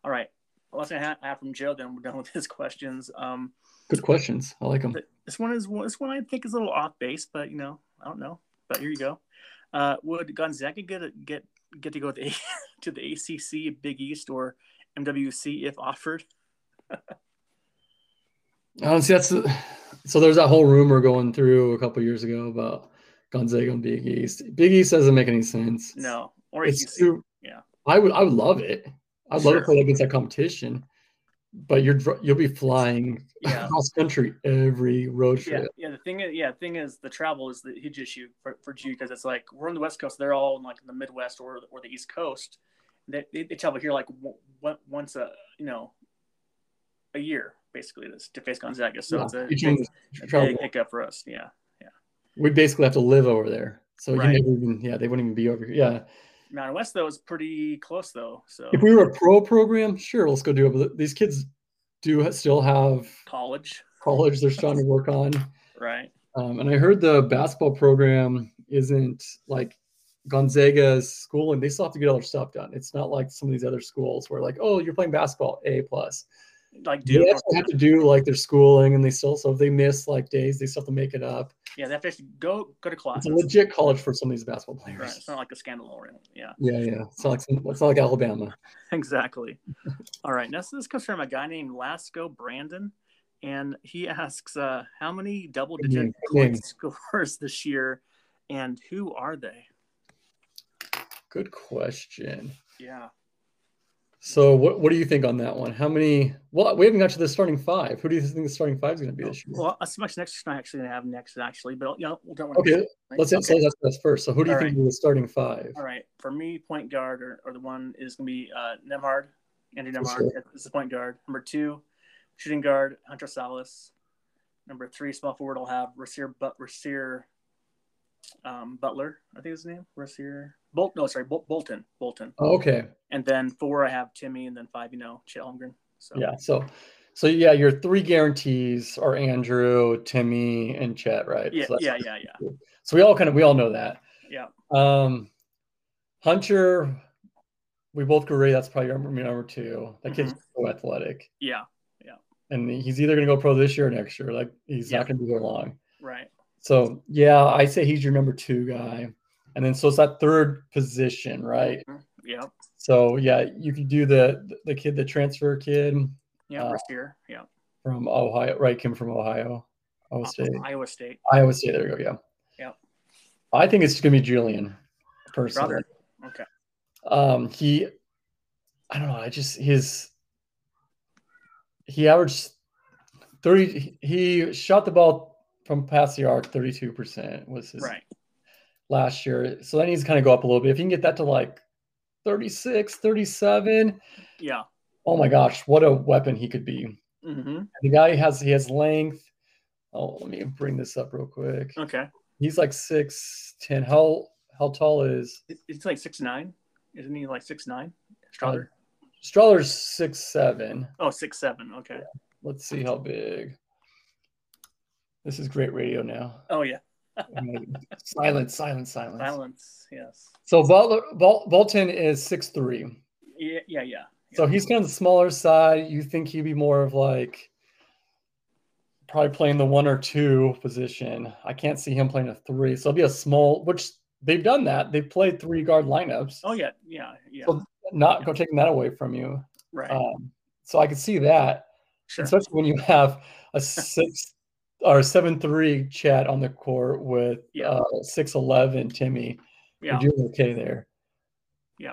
S1: All right. Well, that's gonna ha- have from Joe. Then we're done with his questions. Um,
S2: Good questions. I like them.
S1: But this one is this one I think is a little off base, but you know, I don't know. But here you go. Uh, would Gonzaga get a, get get to go to the, to the ACC, Big East, or MWC if offered?
S2: I don't see that's so. There's that whole rumor going through a couple years ago about Gonzaga and Big East. Big East doesn't make any sense.
S1: No, or ACC.
S2: it's too,
S1: yeah.
S2: I would I would love it. I'd love
S1: Sure.
S2: to play against that competition, but you're dr- you'll be flying
S1: Yeah.
S2: across country every road
S1: Yeah,
S2: trip.
S1: yeah. The thing is, yeah, the thing is, the travel is the huge issue for, for G because it's like we're on the West Coast; they're all in like the Midwest or or the East Coast. They they, they travel here like w- w- once a you know a year basically to, to face Gonzaga. So
S2: Yeah,
S1: it's a
S2: you
S1: big,
S2: can
S1: a
S2: travel.
S1: big hiccup for us. Yeah.
S2: We basically have to live over there, so
S1: Right.
S2: you never even yeah they wouldn't even be over here. Yeah,
S1: Mountain West though is pretty close though. So
S2: if we were a pro program, sure, let's go do it. But these kids do ha- still have
S1: college,
S2: college they're starting to work on.
S1: right?
S2: Um, and I heard the basketball program isn't like Gonzaga's school, and they still have to get all their stuff done. It's not like some of these other schools where like, oh, you're playing basketball, A plus.
S1: Like
S2: They
S1: Duke.
S2: actually have to do like their schooling, and they still so if they miss like days, they still have to make it up.
S1: Yeah, they have to actually go go to class.
S2: It's a legit college for some of these basketball players.
S1: Right. It's not like a scandal or anything. Yeah,
S2: Yeah, yeah. It's not like some, it's not like Alabama.
S1: exactly. All right. Now so this comes from a guy named Lasco Brandon. and he asks, uh, "How many double-digit yeah. scores this year, and who are they?"
S2: Good question.
S1: Yeah.
S2: So, what, what do you think on that one? How many? Well, we haven't got to the starting five. Who do you think the starting five is going to be this year?
S1: Well, that's much next. I'm actually going to have next, actually, but you know, we don't
S2: want okay. To, let's okay. say that's, that's first. So, who do you All think right. will be the starting five?
S1: All right, for me, point guard or, or the one is going to be uh, Nemhard, Andrew Nemhard sure. is the point guard. Number two, shooting guard Hunter Salas. Number three, small forward, will have Rasir but Rasir um, Butler, I think his name Rasir Bolt. No, sorry, Bol- Bolton. Bolton.
S2: Oh, okay.
S1: And then four, I have Timmy, and then five, you know, Chet Holmgren. So
S2: yeah, so so yeah, your three guarantees are Andrew, Timmy, and Chet, right?
S1: Yeah,
S2: so
S1: yeah, yeah, yeah.
S2: So we all kind of we all know that.
S1: Yeah.
S2: Um, Hunter, we both agree that's probably your number, number two. That kid's mm-hmm. so athletic.
S1: Yeah
S2: and he's either going to go pro this year or next year. Like he's yeah. not going to be there long.
S1: Right.
S2: So yeah, I say he's your number two guy, and then so it's that third position, right?
S1: Mm-hmm. Yeah.
S2: So yeah, you could do the the kid, the transfer kid.
S1: Yeah, uh, year. Yeah.
S2: From Ohio, right? Came from Ohio, Ohio State.
S1: Iowa State.
S2: Iowa State. There we go. Yeah.
S1: Yeah.
S2: I think it's going to be Julian, personally.
S1: Brother. Okay.
S2: Um, he, I don't know. I just his he averaged 30 he shot the ball from past the arc 32% was his
S1: right.
S2: last year so that needs to kind of go up a little bit if you can get that to like 36 37
S1: yeah
S2: oh my gosh what a weapon he could be
S1: mm-hmm.
S2: the guy has he has length oh let me bring this up real quick
S1: okay
S2: he's like 610 how how tall is
S1: it's like 6'9 isn't he like 6'9 Strother? Uh,
S2: Stroller's six seven.
S1: Oh, six seven. Okay. Yeah.
S2: Let's see how big. This is great radio now.
S1: Oh yeah.
S2: silence, silence, silence.
S1: Silence. Yes.
S2: So Butler, Bol- Bolton is six three.
S1: Yeah, yeah, yeah.
S2: So he's kind of the smaller side. You think he'd be more of like probably playing the one or two position. I can't see him playing a three. So it'll be a small, which they've done that. They've played three guard lineups.
S1: Oh yeah, yeah, yeah.
S2: So not go taking that away from you.
S1: Right.
S2: Um, so I could see that, sure. especially when you have a six or seven three chat on the court with
S1: yeah.
S2: uh, six eleven Timmy.
S1: Yeah.
S2: You're doing okay there.
S1: Yeah.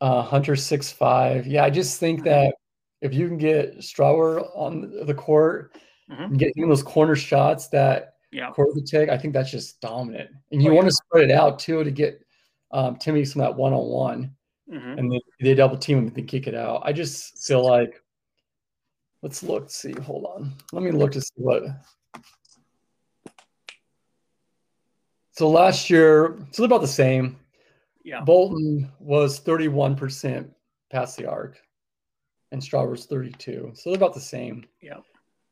S2: Uh, Hunter six five. Yeah, I just think mm-hmm. that if you can get Strauer on the court, mm-hmm. and get those corner shots that
S1: yeah.
S2: court would take, I think that's just dominant. And you oh, want yeah. to spread it out too to get um, Timmy some that one on one. Mm-hmm. and they, they, double team him and they kick it out. I just feel like let's look, see, hold on. Let me look to see what. So last year, it's about the same.
S1: Yeah.
S2: Bolton was 31% past the arc, and Strawber's 32. So they're about the same.
S1: Yeah.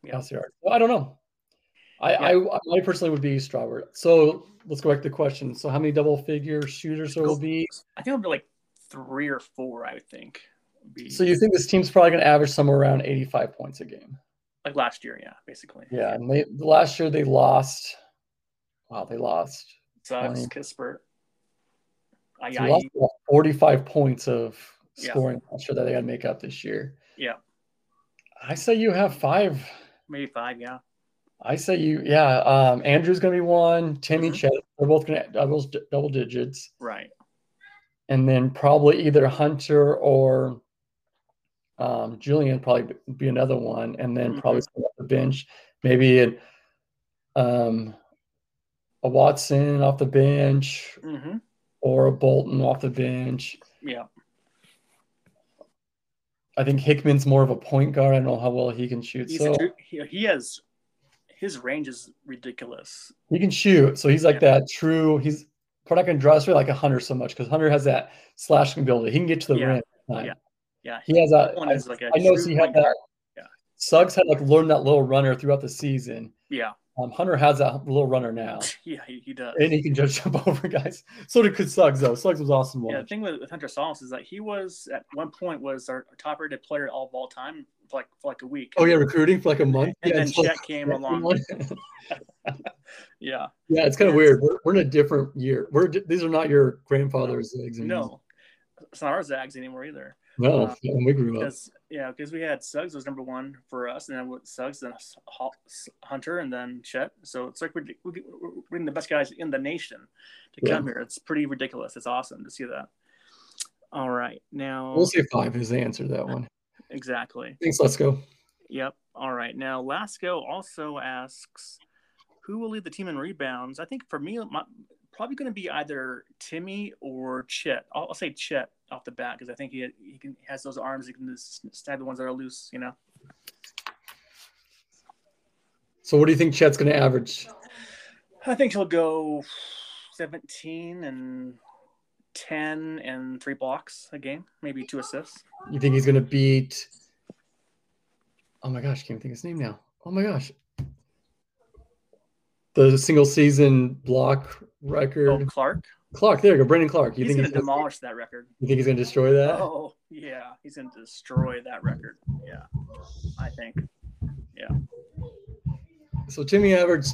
S2: yeah. Past the arc. Well, I don't know. I, yeah. I, I personally would be Strawberg. So let's go back to the question. So how many double figure shooters there will be?
S1: I think it'll be like three or four, I would think.
S2: Be... So you think this team's probably going to average somewhere around 85 points a game?
S1: Like last year, yeah, basically.
S2: Yeah, and they last year they lost. Wow, they lost.
S1: Sucks, Kispert.
S2: I, so I, lost 45 points of scoring yeah. last year that they got to make up this year.
S1: Yeah.
S2: I say you have five.
S1: Maybe five, yeah.
S2: I say you, yeah. Um, Andrew's going to be one. Timmy, mm-hmm. Chet, they're both going to double double digits.
S1: Right
S2: and then probably either Hunter or um, Julian probably be another one, and then mm-hmm. probably the bench, maybe it, um, a Watson off the bench
S1: mm-hmm.
S2: or a Bolton off the bench.
S1: Yeah,
S2: I think Hickman's more of a point guard. I don't know how well he can shoot. He's so
S1: a, he has his range is ridiculous.
S2: He can shoot, so he's like yeah. that true. He's Probably not going to draw us like a Hunter so much because Hunter has that slashing ability. He can get to the
S1: yeah.
S2: rim.
S1: Yeah. Yeah.
S2: He has that.
S1: One is like a
S2: I noticed he had that.
S1: Yeah.
S2: Suggs had like learned that little runner throughout the season.
S1: Yeah.
S2: Um, Hunter has that little runner now.
S1: Yeah, he, he, does.
S2: And he can just jump over guys. So did could Suggs though. Suggs was awesome.
S1: Yeah, the thing with, with Hunter Solis is that he was at one point was our top rated player all of all time for like for like a week.
S2: Oh yeah, recruiting for like a month.
S1: And yeah, then Chet like, came along. yeah.
S2: Yeah, Mm-hmm. it's kind of weird. We're, we're in a different year. We're these are not your grandfather's no, eggs.
S1: No. it's not our Zags anymore either.
S2: No, when we grew up.
S1: Because yeah, because we had Suggs was number one for us, and then with Suggs, then Hul- Hunter, and then Chet. So it's like we're, we're bringing the best guys in the nation to
S2: Yeah.
S1: come here. It's pretty ridiculous. It's awesome to see that. All right, now
S2: We'll say five is the answer to that one.
S1: exactly.
S2: Thanks, let's go.
S1: Yep. All right, now Lasco also asks, who will lead the team in rebounds? I think for me, my, probably going to be either Timmy or Chet. I'll, I'll say Chet off the bat because I think he he can has those arms. He can just stab the ones that are loose. You know.
S2: So what do you think Chet's going to average?
S1: I think he'll go 17 and 10 and three blocks a game, maybe two assists.
S2: You think he's going to beat? Oh my gosh, I can't think of his name now. Oh my gosh, the single season block record.
S1: Oh, Clark.
S2: Clark, there you go, Brandon Clark. You
S1: he's
S2: think
S1: going
S2: he's
S1: to
S2: gonna,
S1: demolish that record.
S2: you think he's going to destroy that?
S1: Oh, yeah. He's going to destroy that record. Yeah. I think.
S2: So Timmy averaged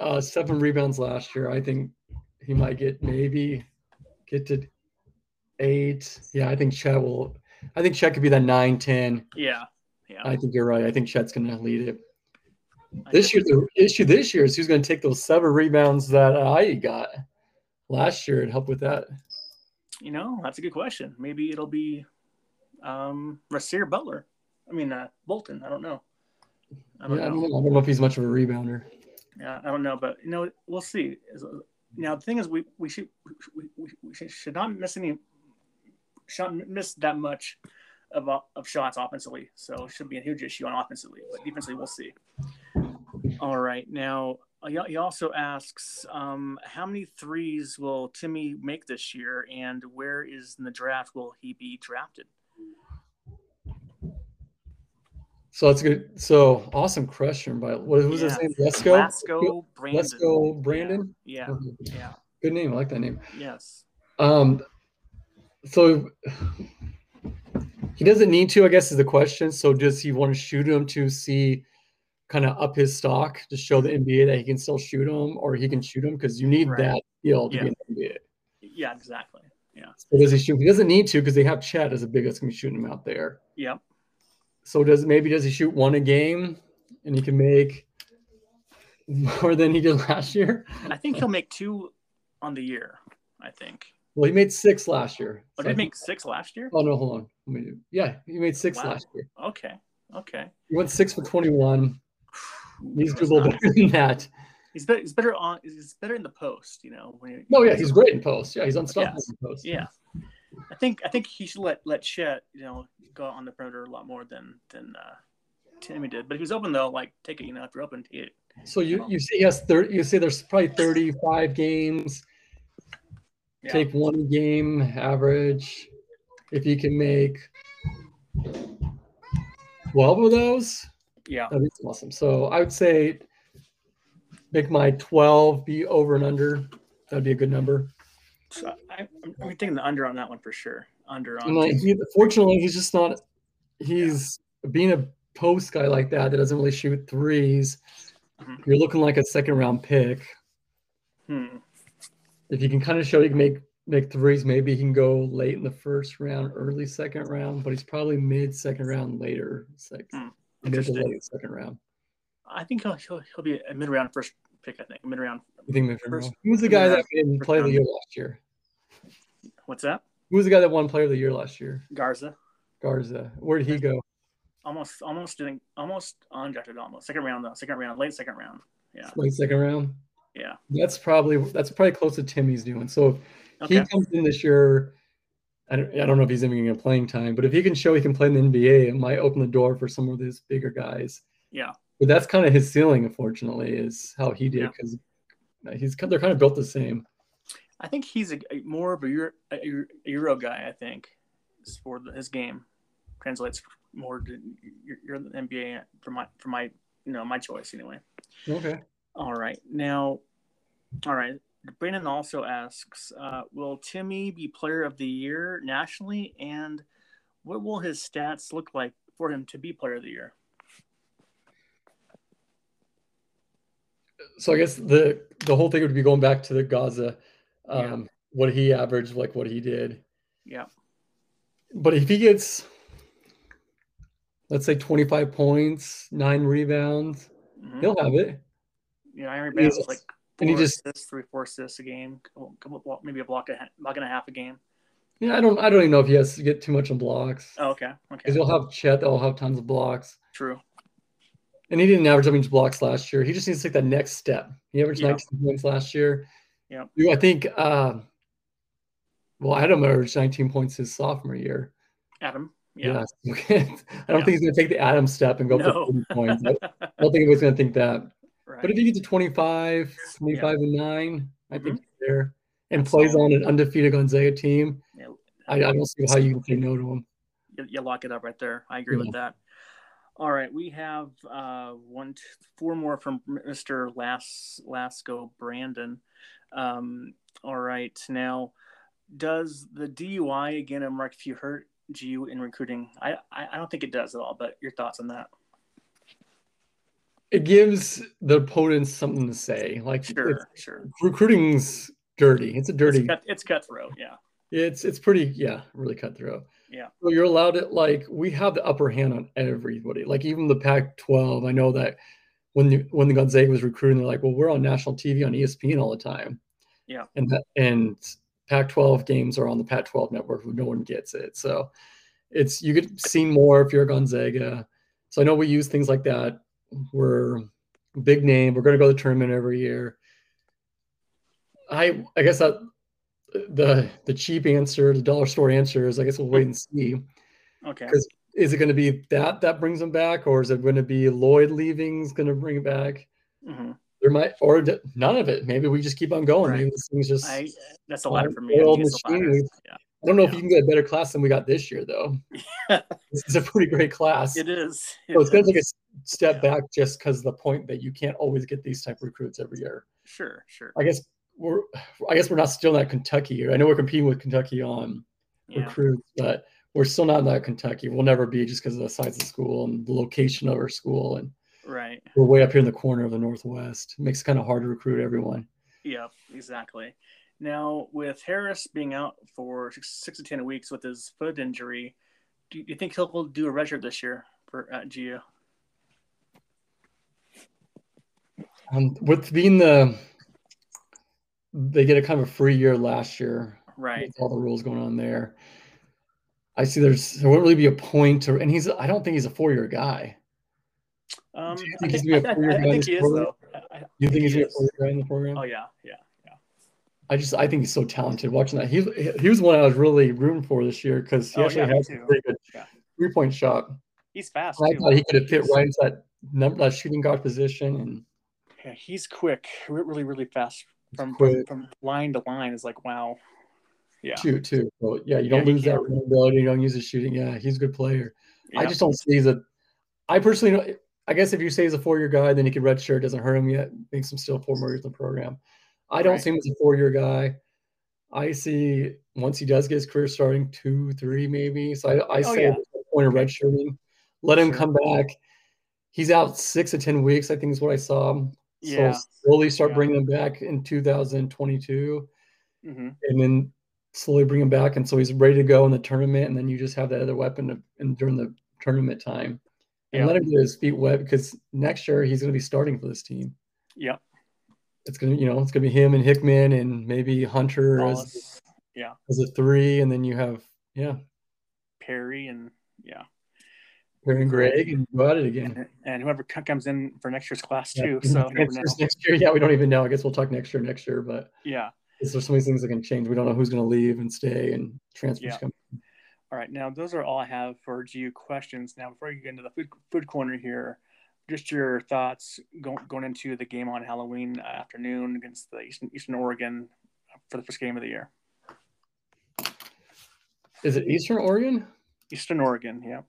S2: uh, seven rebounds last year. I think he might get maybe get to eight. Yeah, I think Chet will. I think Chet could be that nine, ten.
S1: Yeah. Yeah.
S2: I think you're right. I think Chet's going to lead it.
S1: I
S2: This year,
S1: think-
S2: the issue this year is who's going to take those seven rebounds that I got last year and help with that.
S1: You know, that's a good question. Maybe it'll be um Rasir Butler. I mean, uh, Bolton. I don't know. I don't
S2: Yeah, I,
S1: know.
S2: don't know. I don't know if he's much of a rebounder.
S1: Yeah, I don't know, but you know, we'll see. Is- Now the thing is, we we should we, we, we should- should not miss any, should not miss that much of uh, of shots offensively. So it should be a huge issue on offensively, but defensively, we'll see. All right, now uh, he he also asks, um, how many threes will Timmy make this year, and where is in the draft will he be drafted?
S2: So that's good. So awesome question by what was his
S1: Yeah.
S2: name? Let's go.
S1: Lasco Brandon.
S2: Let's go, Brandon.
S1: Yeah, yeah,
S2: Good name. I like that name.
S1: yes,
S2: Um, so he doesn't need to, I guess, is the question. So does he want to shoot him to see kind of up his stock to show the NBA that he can still shoot him, or he can shoot him because you need
S1: Right.
S2: that skill to
S1: Yeah.
S2: be in the NBA.
S1: yeah, exactly.
S2: So does he shoot? He doesn't need to because they have Chet as a big that's gonna be shooting him out there.
S1: Yep.
S2: So does maybe does he shoot one a game and he can make more than he did last year?
S1: I think he'll make two on the year. I think.
S2: Well, he made six last year.
S1: Oh,
S2: So
S1: did
S2: I
S1: he
S2: think-
S1: make six last year?
S2: oh no, hold on. Let me do- Yeah, he made six
S1: Wow.
S2: last year.
S1: Okay. Okay.
S2: He went six for 21. He's
S1: That's
S2: a little
S1: not-
S2: better than that.
S1: He's better. He's better on. He's better in the post. You know. When
S2: No, Oh, yeah, he's great in post. Yeah, he's unstoppable
S1: Yes.
S2: in post.
S1: Yeah. I think. I think he should let let Chet. You know, go on the perimeter a lot more than than uh, Timmy did. But if he's open though, like take it. You know, if you're open, take it.
S2: So you you say yes, thirty. You say there's probably 35 games.
S1: Yeah.
S2: Take one game average. If you can make 12 of those,
S1: Yeah.
S2: that'd be awesome. So I would say make my 12 be over and under. That'd be a good number.
S1: So I, I'm, I'm taking the under on that one for sure. Under on.
S2: And like, he, fortunately, he's just not. He's being a post guy like that that doesn't really shoot threes.
S1: Mhm.
S2: You're looking like a second round pick.
S1: Hmm.
S2: If you can kind of show you can make make threes, maybe he can go late in the first round, early second round, but he's probably mid second round later. It's like
S1: Hmm.
S2: mid to
S1: Interesting.
S2: late second round.
S1: I think he'll, he'll he'll be a mid round first pick. I think mid round.
S2: You think mid
S1: First-
S2: round? Who was the guy
S1: yeah,
S2: that didn't
S1: first
S2: play the
S1: round.
S2: year last year?
S1: What's that?
S2: Who was the guy that won player of the year last year?
S1: Garza.
S2: Garza. Where did he go?
S1: almost almost didn't almost undrafted almost second round though second round late second round Yeah.
S2: Late second round.
S1: Yeah.
S2: That's probably that's probably close to Timmy's doing. So if
S1: okay
S2: he comes in this year. I don't, I don't know if he's even going to get playing time, but if he can show he can play in the NBA, it might open the door for some of these bigger guys.
S1: Yeah.
S2: But that's kind of his ceiling, unfortunately, is how he did
S1: Yeah.
S2: because he's kind- they're kind of built the same.
S1: I think he's a, a- more of a Euro, a Euro- a Euro guy I think is for the, his game translates more to you're the NBA for my for my you know my choice anyway
S2: Okay.
S1: all right now all right Brandon also asks uh, will Timmy be player of the year nationally and what will his stats look like for him to be player of the year
S2: So I guess the the whole thing would be going back to the Gaza,
S1: Yeah.
S2: um, what he averaged, like what he did.
S1: Yeah.
S2: But if he gets, let's say, 25 points, nine rebounds,
S1: Mhm.
S2: he'll have it.
S1: You know, Iron Bass
S2: Yes.
S1: is like four
S2: And he just-
S1: assists, three, four assists a game, couple- couple block- maybe a block, a, he- block and a half a game.
S2: Yeah, I don't. I don't even know if he has to get too much in blocks
S1: Oh, okay, okay,
S2: because he'll have Chet that'll have tons of blocks.
S1: true.
S2: And he didn't average that many blocks last year. He just needs to take that next step. He averaged
S1: Yeah.
S2: 19 points last year.
S1: Yeah.
S2: You know, I think, uh, well, Adam averaged 19 points his sophomore year.
S1: Adam, yeah,
S2: Yeah. I don't
S1: Yeah.
S2: think he's going to take the Adam step and go
S1: No.
S2: for 40 points. I don't think anybody's going to think that.
S1: right.
S2: But if he gets to 25, 25 and 9, I
S1: Mhm.
S2: think he's there and plays on an undefeated Gonzaga team,
S1: Yeah,
S2: I, I don't see how you can say no to him.
S1: you, you lock it up right there. I agree with that. All right, we have uh, one, t- four more from Mr. Las Lasco Brandon. Um, all right, now does the DUI again and Mark Few hurt you in recruiting? I, I I don't think it does at all. But your thoughts on that?
S2: It gives the opponents something to say. Like, it's-
S1: Sure, sure.
S2: recruiting's dirty. It's a dirty.
S1: It's, cut, it's cutthroat. Yeah,
S2: It's it's pretty yeah, really cutthroat.
S1: Yeah.
S2: So you're allowed it like we have the upper hand on everybody. Like even the Pac-12, I know that when the, when the Gonzaga was recruiting, they're like, well, we're on national TV on E ESPN all the time.
S1: Yeah.
S2: And that, and Pac-12 games are on the Pac-12 network, but no one gets it. So it's you get seen more if you're a Gonzaga. So I know we use things like that. We're big name. We're going to go to the tournament every year. I I guess that the the cheap answer, the dollar store answer is I guess we'll wait and see.
S1: okay.
S2: Is it going to be that that brings them back, or is it going to be Lloyd leaving's going to bring it back?
S1: hmm
S2: There might or d- none of it. Maybe we just keep on going. Maybe
S1: Right.
S2: this thing's just.
S1: I that's a ladder for me. I
S2: Old
S1: think it's a
S2: machine.
S1: ladder. Yeah,
S2: I don't know if
S1: yeah.
S2: you can get a better class than we got this year, though. this is a pretty great class.
S1: it is.
S2: So it's
S1: It
S2: going to
S1: is.
S2: take a s- step back just because the point that you can't always get these type of recruits every year.
S1: Sure, sure.
S2: I guess we're I guess we're not still not Kentucky. I know we're competing with Kentucky on
S1: Yeah,
S2: recruits, but we're still not that Kentucky. We'll never be just because of the size of the school and the location of our school. And
S1: right.
S2: we're way up here in the corner of the Northwest. It makes it kind of hard to recruit everyone.
S1: Yeah, exactly. Now, with Harris being out for six, six to ten weeks with his foot injury, do you- do you think he'll do a redshirt this year for at GU?
S2: Um, with being the, they get a kind of a free year last year
S1: Right.
S2: with all the rules going on there. I see there's, there won't really be a point to, and he's, I don't think he's a four year guy.
S1: Um,
S2: Do you
S1: I
S2: think he's
S1: think,
S2: gonna be a
S1: I- I- I
S2: four-year guy in
S1: think
S2: this
S1: he is
S2: program?
S1: though. I- I-
S2: You think
S1: He
S2: he's gonna be a
S1: is.
S2: four year guy in the program?
S1: oh yeah, yeah.
S2: I just I think he's so talented. Watching that, he he was the one I was really rooting for this year because he
S1: Oh,
S2: actually
S1: yeah, me
S2: has
S1: too.
S2: a pretty good
S1: Yeah.
S2: three point shot.
S1: He's fast
S2: I
S1: too.
S2: thought he could have fit
S1: He's-
S2: right into that number that shooting guard position, and
S1: Yeah, he's quick, re- really, really fast from,
S2: quick.
S1: from from line to line. Is like wow. Yeah.
S2: shoot too. So yeah, you
S1: Yeah,
S2: don't
S1: he
S2: lose that
S1: can.
S2: running ability. You don't use his shooting. Yeah, he's a good player. I
S1: Yeah.
S2: just don't see he's a. I personally, don't, I guess if you say he's a four year guy, then he could redshirt. Doesn't hurt him yet. Makes him still four more years in the program. I don't
S1: Right.
S2: see him as a four year guy. I see once he does get his career starting two, three, maybe. So I, I
S1: Oh,
S2: say
S1: yeah.
S2: there's no point of redshirting. Let him
S1: Sure.
S2: come back. He's out six to ten weeks. I think is what I saw.
S1: Yeah.
S2: So slowly start
S1: Yeah.
S2: bringing him back in 2022,
S1: hmm
S2: and then slowly bring him back, and so he's ready to go in the tournament. And then you just have that other weapon to, and during the tournament time, and
S1: Yeah.
S2: let him get his feet wet because next year he's going to be starting for this team.
S1: Yeah.
S2: It's gonna, you know, it's gonna be him and Hickman and maybe Hunter as,
S1: Wallace,
S2: as a three, and then you have yeah,
S1: Perry, and yeah.
S2: Perry and Greg, and go at it again.
S1: and, and whoever co- comes in for next year's class
S2: Mm-hmm. Yeah.
S1: too. So you never know.
S2: Transfers next year, yeah, we don't even know. I guess we'll talk next year, next year, but
S1: yeah.
S2: there's so many things that can change. We don't know who's going to leave and stay, and transfers
S1: Yeah.
S2: come.
S1: All right. Now those are all I have for GU questions. Now before you get into the food food corner here, just your thoughts going going into the game on Halloween afternoon against the Eastern Eastern Oregon for the first game of the year.
S2: Is it Eastern Oregon?
S1: Eastern Oregon. Yeah,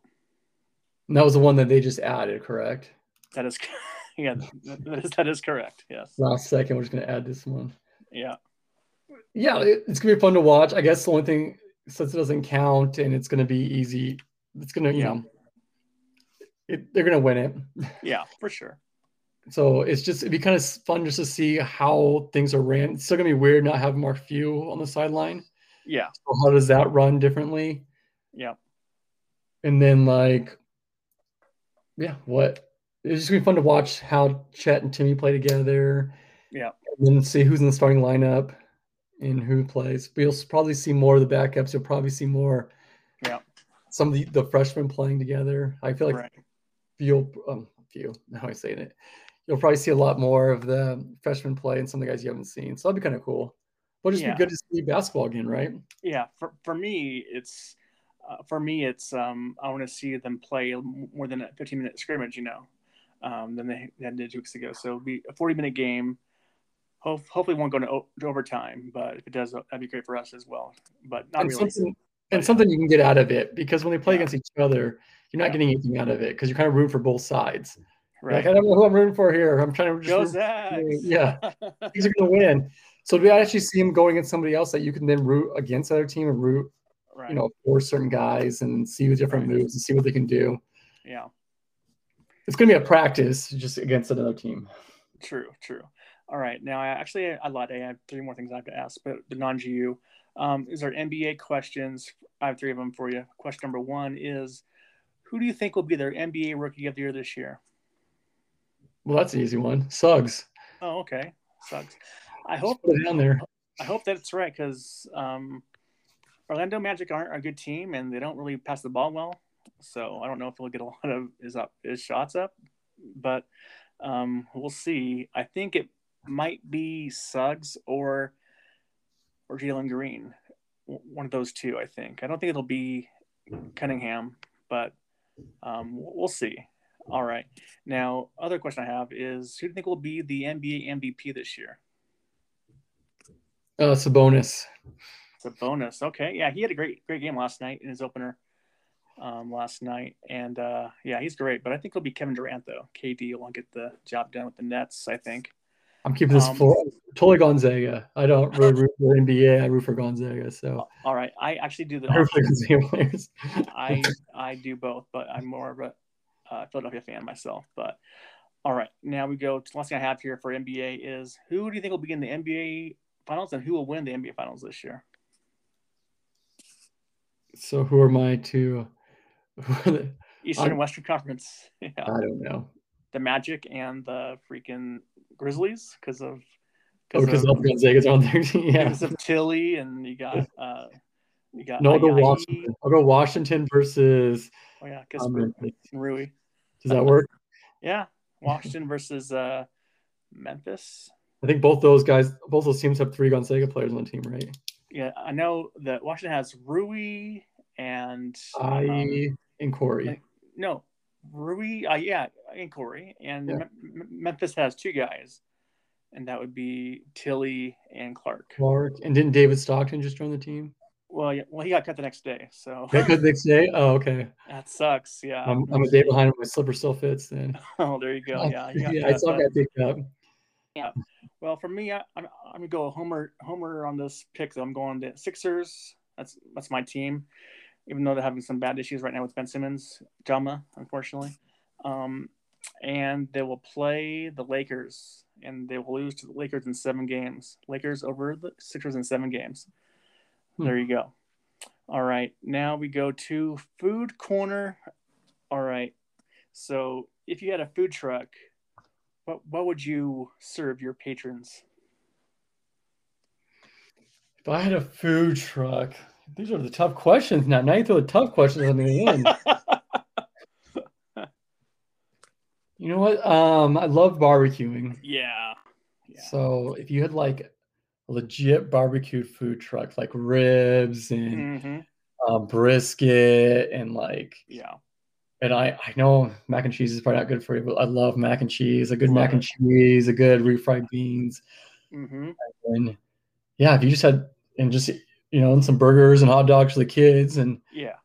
S2: And that was the one that they just added, correct?
S1: that is. Yeah, that that is that is correct. Yes.
S2: Last second, we're just going to add this one.
S1: Yeah.
S2: Yeah, it- it's going to be fun to watch. I guess the only thing, since it doesn't count and it's going to be easy, it's going to, you
S1: Yeah.
S2: know, it, they're going to win it.
S1: Yeah. For sure.
S2: So it's just it'd be kind of fun just to see how things are ran. It's still gonna be weird not having Mark Few on the sideline.
S1: Yeah.
S2: So how does that run differently?
S1: Yeah.
S2: And then like, yeah, what? It's just gonna be fun to watch how Chet and Timmy play together.
S1: Yeah.
S2: And then see who's in the starting lineup and who plays. But you'll probably see more of the backups. You'll probably see more.
S1: Yeah.
S2: Some of the, the freshmen playing together. I feel like
S1: Right.
S2: you'll um few now I'm saying it. You'll probably see a lot more of the freshmen play and some of the guys you haven't seen. So that'd be kind of cool. But it'd just
S1: Yeah.
S2: be good to see basketball again, right?
S1: yeah for, for me it's uh, for me it's um i want to see them play m- more than a 15 minute scrimmage you know um than they than they did two weeks ago so it'll be a 40 minute game Ho- hopefully it won't go to, o- to overtime but if it does that'd be great for us as well but not
S2: and
S1: really
S2: something
S1: But-
S2: and something you can get out of it because when they play
S1: Yeah.
S2: against each other, you're not
S1: Yeah.
S2: getting anything out of it because you're kind of rooting for both sides. You're
S1: right
S2: Like I don't know who I'm rooting for here. I'm trying to just
S1: go
S2: root-
S1: Zags!
S2: Yeah. these are going to win. So to actually see him going against somebody else that you can then root against the other team and root,
S1: right
S2: you know, for certain guys and see the different
S1: Right.
S2: moves and see what they can do.
S1: yeah
S2: It's going to be a practice just against another team.
S1: True, true. All right. Now, I actually, I lied. I have three more things I have to ask, but the non GU. Um, is there NBA questions? I have three of them for you. Question number one is Who do you think will be their NBA rookie of the year this year?
S2: Well, that's an easy one. Suggs,
S1: Oh, okay. Sucks. I
S2: Just
S1: hope
S2: put it down there.
S1: I hope that's right because um, Orlando Magic aren't a good team and they don't really pass the ball well. So I don't know if he'll get a lot of his up his shots up, but um, we'll see. I think it might be Suggs or or Jalen Green, W- one of those two. I think I don't think it'll be Cunningham, but um, w- we'll see. All right. Now, other question I have is, who do you think will be the NBA MVP this year?
S2: Uh, Sabonis.
S1: It's a bonus. Okay. Yeah, he had a great great game last night in his opener um, last night. And uh, yeah, he's great. But I think it'll be Kevin Durant though. KD will get the job done with the Nets, I think.
S2: I'm keeping this
S1: Um,
S2: for totally Gonzaga. I don't really root for NBA. I root for Gonzaga. So
S1: All right. I actually do the
S2: I root for Gonzaga players.
S1: I I do both, but I'm more of a uh, Philadelphia fan myself. But all right, now we go to the last thing I have here for NBA is who do you think will be in the NBA finals and who will win the NBA finals this year?
S2: So who are my two? who are the-
S1: Eastern
S2: I'm-
S1: and Western Conference. Yeah.
S2: I don't know.
S1: the Magic and the freaking Grizzlies because of
S2: Oh, because all the Gonzagas are on their team. Yeah.
S1: because of Tilly and you got uh you got
S2: No, I'll go
S1: Ayayi.
S2: Washington. I'll go Washington versus.
S1: Oh yeah, because
S2: um, Memphis.
S1: Rui.
S2: Does that work?
S1: Yeah, Washington versus uh Memphis.
S2: I think both those guys, both those teams have three Gonzaga players on the team, right?
S1: Yeah, I know that Washington has Rui and
S2: I
S1: um,
S2: and Corey.
S1: like- no Rui. Uh, yeah, and Corey and
S2: Yeah.
S1: Mem- Mem- Memphis has two guys, and that would be Tilly and Clark.
S2: Clark. And didn't David Stockton just join the team?
S1: Well, yeah, well, he got cut the next day, so
S2: That good next day? Oh, okay.
S1: that sucks. Yeah,
S2: I'm, I'm a day behind when my slipper still fits then.
S1: Oh, there you go. Um, Yeah, you got
S2: yeah I
S1: that,
S2: saw
S1: but-
S2: that picked up.
S1: Well, for me, I, I'm, I'm gonna go Homer Homer on this pick. So I'm going the Sixers. That's that's my team, even though they're having some bad issues right now with Ben Simmons, Jama, unfortunately. Um, and they will play the Lakers, and they will lose to the Lakers in seven games. Lakers over the Sixers in seven games.
S2: Hmm.
S1: There you go. All right, now we go to food corner. All right, so if you had a food truck, what what would you serve your patrons?
S2: If I had a food truck, these are the tough questions now. Now you throw the tough questions on me again. you know what? Um, I love barbecuing.
S1: Yeah. Yeah.
S2: So if you had like a legit barbecued food truck, like ribs and
S1: hmm
S2: um, brisket and like,
S1: Yeah.
S2: and I, I know mac and cheese is probably not good for you, but I love mac and cheese, a good
S1: Love
S2: mac and cheese, a good refried beans.
S1: hmm
S2: And yeah, if you just had, and just, you know, and some burgers and hot dogs for the kids and
S1: Yeah.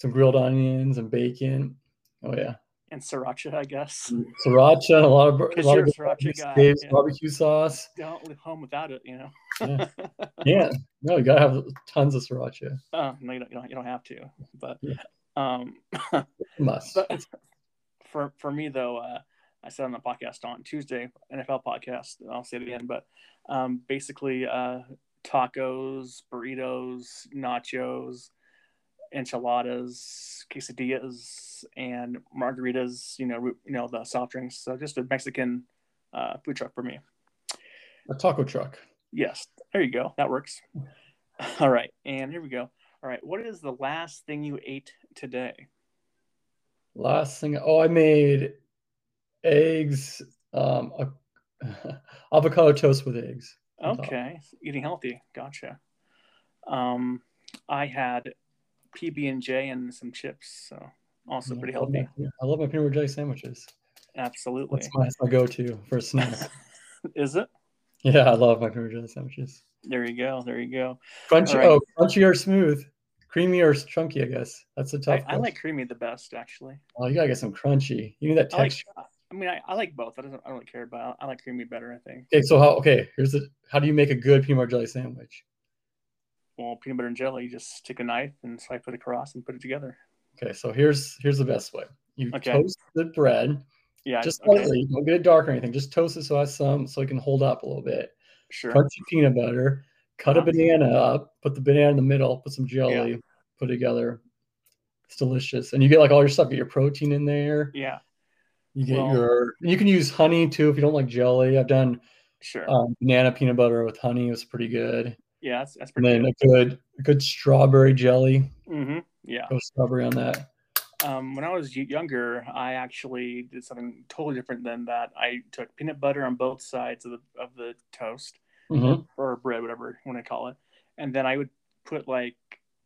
S2: some grilled onions and bacon. Oh yeah.
S1: And sriracha, I guess.
S2: Mm. Sriracha, a lot of, bur- a
S1: 'Cause
S2: lot of
S1: you're a
S2: good
S1: sriracha guy,
S2: saves,
S1: yeah.
S2: barbecue sauce.
S1: Don't live home without it, you know.
S2: Yeah. yeah. No, you gotta have tons of sriracha.
S1: Uh, no, you don't, you don't. You don't have to. But
S2: Yeah.
S1: um,
S2: Must.
S1: but for for me though, uh, I said on the podcast on Tuesday, NFL podcast. and I'll say it again, but um, basically uh, tacos, burritos, nachos, enchiladas, quesadillas, and margaritas. You know, root, you know the soft drinks. So just a Mexican uh, food truck for me.
S2: A taco truck.
S1: Yes, there you go. That works. All right, and here we go. All right, what is the last thing you ate today?
S2: Last thing, oh, I made eggs, um, a, avocado toast with eggs.
S1: Okay, eating healthy. Gotcha. Um, I had PB and J and some chips, so also
S2: Yeah,
S1: pretty
S2: I love
S1: healthy.
S2: my- I love my peanut butter jelly sandwiches.
S1: Absolutely.
S2: That's my, that's my go-to for a snack.
S1: Is it?
S2: yeah, I love my peanut butter jelly sandwiches.
S1: There you go. There you go.
S2: Crunchy,
S1: All right.
S2: oh, crunchy or smooth, creamy or chunky. I guess that's a tough.
S1: I, I like
S2: question.
S1: creamy the best, actually.
S2: Oh, you gotta get some crunchy. You need that
S1: I like.
S2: texture.
S1: I mean, I, I like both. I don't. I don't care, but I, I like creamy better. I think.
S2: Okay, so how? Okay, here's the. How do you make a good peanut butter jelly sandwich?
S1: Well, peanut butter and jelly. You just stick a knife and swipe it across and put it together.
S2: Okay, so here's here's the best way. You
S1: Okay.
S2: toast the bread
S1: Yeah.
S2: just
S1: okay,
S2: slightly. Don't get it dark or anything. Just toast it so it has some, so it can hold up a little bit.
S1: Sure.
S2: Crunchy peanut butter. Cut
S1: Uh-huh.
S2: a banana up. Put the banana in the middle. Put some jelly.
S1: Yeah.
S2: Put it together. It's delicious, and you get like all your stuff. Get your protein in there.
S1: Yeah.
S2: You get
S1: Well-
S2: your. You can use honey too if you don't like jelly. I've done
S1: Sure.
S2: um, banana peanut butter with honey. It was pretty good.
S1: yeah. That's that's
S2: And
S1: pretty.
S2: then a good a good strawberry jelly.
S1: good. Mm-hmm. Yeah.
S2: Go strawberry on that.
S1: Um, when I was y- younger, I actually did something totally different than that. I took peanut butter on both sides of the of the toast
S2: Mhm.
S1: or bread, whatever you want to call it, and then I would put like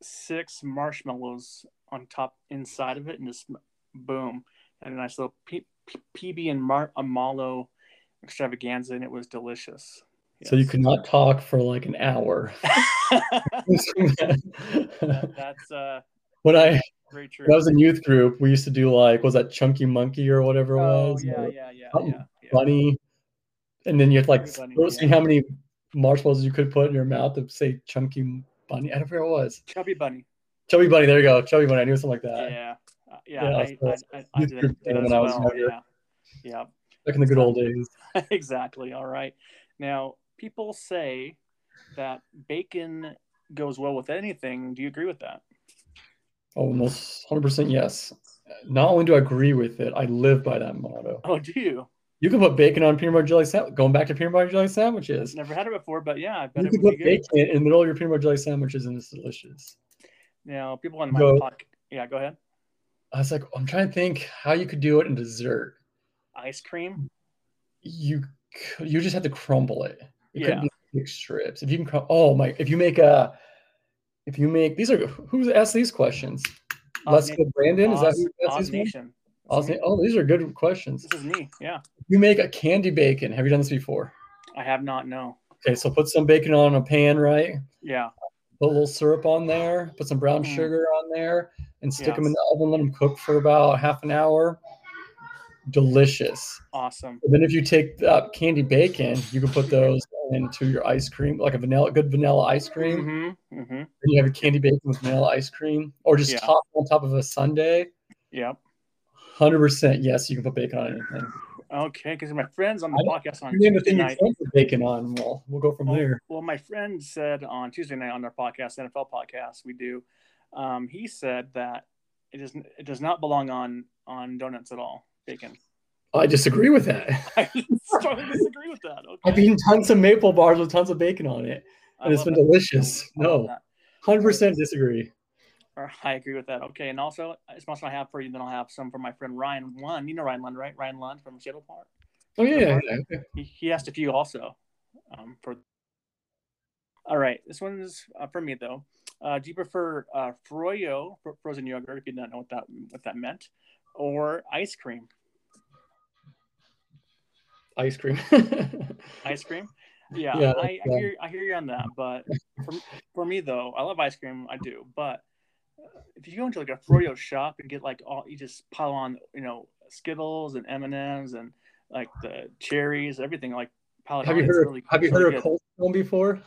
S1: six marshmallows on top inside of it, and just boom, and a nice little P- P- PB and Mar- Amalo extravaganza, and it was delicious.
S2: So you
S1: Yes.
S2: could not talk for like an hour.
S1: That- that's uh,
S2: when I
S1: very true.
S2: when I was in youth group, we used to do like was that Chunky Monkey or whatever it
S1: oh
S2: was,
S1: yeah,
S2: or
S1: yeah, yeah,
S2: something
S1: yeah, yeah.
S2: Bunny, and then you had to, like
S1: Chunky Bunny,
S2: see
S1: yeah.
S2: how many marshmallows you could put in your mouth to say Chunky Bunny. I don't forget what it was.
S1: Chubby bunny.
S2: Chubby Bunny. There you go, Chubby Bunny. I knew something like that.
S1: yeah, Uh,
S2: yeah,
S1: yeah, I,
S2: so-
S1: I, I, I
S2: you
S1: did
S2: could
S1: that
S2: do that
S1: as
S2: when I was
S1: well. Yeah,
S2: younger.
S1: yeah,
S2: Back in the good old days.
S1: exactly. All right. Now, people say that bacon goes well with anything. Do you agree with that?
S2: Oh, most 100% yes. Not only do I agree with it, I live by that motto.
S1: Oh, do you?
S2: You can put bacon on peanut butter jelly sandwich. Going back to peanut butter jelly sandwiches,
S1: Never had it before, but yeah, I bet
S2: you
S1: it
S2: can
S1: would be
S2: put
S1: good.
S2: bacon in the middle of your peanut butter jelly sandwiches, and it's delicious.
S1: Now, people on my
S2: Go.
S1: podcast. Yeah, go ahead.
S2: I was like, I'm trying to think how you could do it in dessert.
S1: Ice cream.
S2: You c- you just have to crumble it. It
S1: Yeah.
S2: couldn't be thick strips. If you can, crum- oh my! If you make a, if you make these are who's asked these questions?
S1: Oz
S2: Let's
S1: Na-
S2: go, Brandon. Is that
S1: Oz-
S2: who
S1: Oz
S2: asked these?
S1: Nation. That's
S2: Oz,
S1: me.
S2: Na- oh, these are good questions.
S1: This is me. Yeah,
S2: You make a candy bacon. Have you done this before?
S1: I have not. No.
S2: Okay, so put some bacon on a pan, right?
S1: Yeah.
S2: Put a little syrup on there, put some brown
S1: Mhm.
S2: sugar on there, and stick
S1: Yeah.
S2: them in the oven. Let them cook for about half an hour. Delicious.
S1: Awesome.
S2: And then if you take that candy bacon, you can put those into your ice cream, like a vanilla, good vanilla ice cream.
S1: Mm-hmm. Mm-hmm.
S2: Then you have a candy bacon with vanilla ice cream, or just
S1: Yeah.
S2: top on top of a sundae.
S1: Yep.
S2: Hundred percent, yes, you can put bacon on anything.
S1: Okay, because my friends on
S2: I
S1: the
S2: don't-
S1: podcast on
S2: You name the
S1: Tuesday
S2: thing you
S1: night.
S2: can put bacon on. Well, we'll go from
S1: Well,
S2: there.
S1: Well, my friend said on Tuesday night on our podcast, NFL podcast, we do. Um, he said that it is it does not belong on on donuts at all. Bacon.
S2: I disagree with that.
S1: I strongly disagree with that. Okay.
S2: I've eaten tons of maple bars with tons of bacon on it,
S1: I
S2: and it's
S1: love
S2: been
S1: that.
S2: delicious.
S1: I love
S2: No,
S1: that.
S2: hundred percent disagree.
S1: Or I agree with that. Okay, and also it's also I have for you. Then I'll have some for my friend Ryan Lund. You know Ryan Lund, right? Ryan Lund from Seattle Park.
S2: Oh yeah, yeah, yeah.
S1: He, he asked if you also. Um, for all right, this one's uh, for me though. Uh, do you prefer uh, froyo, fr- frozen yogurt, if you did not know what that what that meant, or ice cream?
S2: ice cream.
S1: Ice cream. Yeah,
S2: Yeah,
S1: I, I
S2: yeah.
S1: hear I hear you on that, but for, for me though, I love ice cream. I do, but uh, if you go into like a froyo shop and get like all you just pile on, you know, Skittles and M and M's and like the cherries, everything like. Pile it
S2: have
S1: on,
S2: you
S1: it's
S2: heard?
S1: really-
S2: have you
S1: really
S2: heard
S1: good.
S2: of Cold Stone before?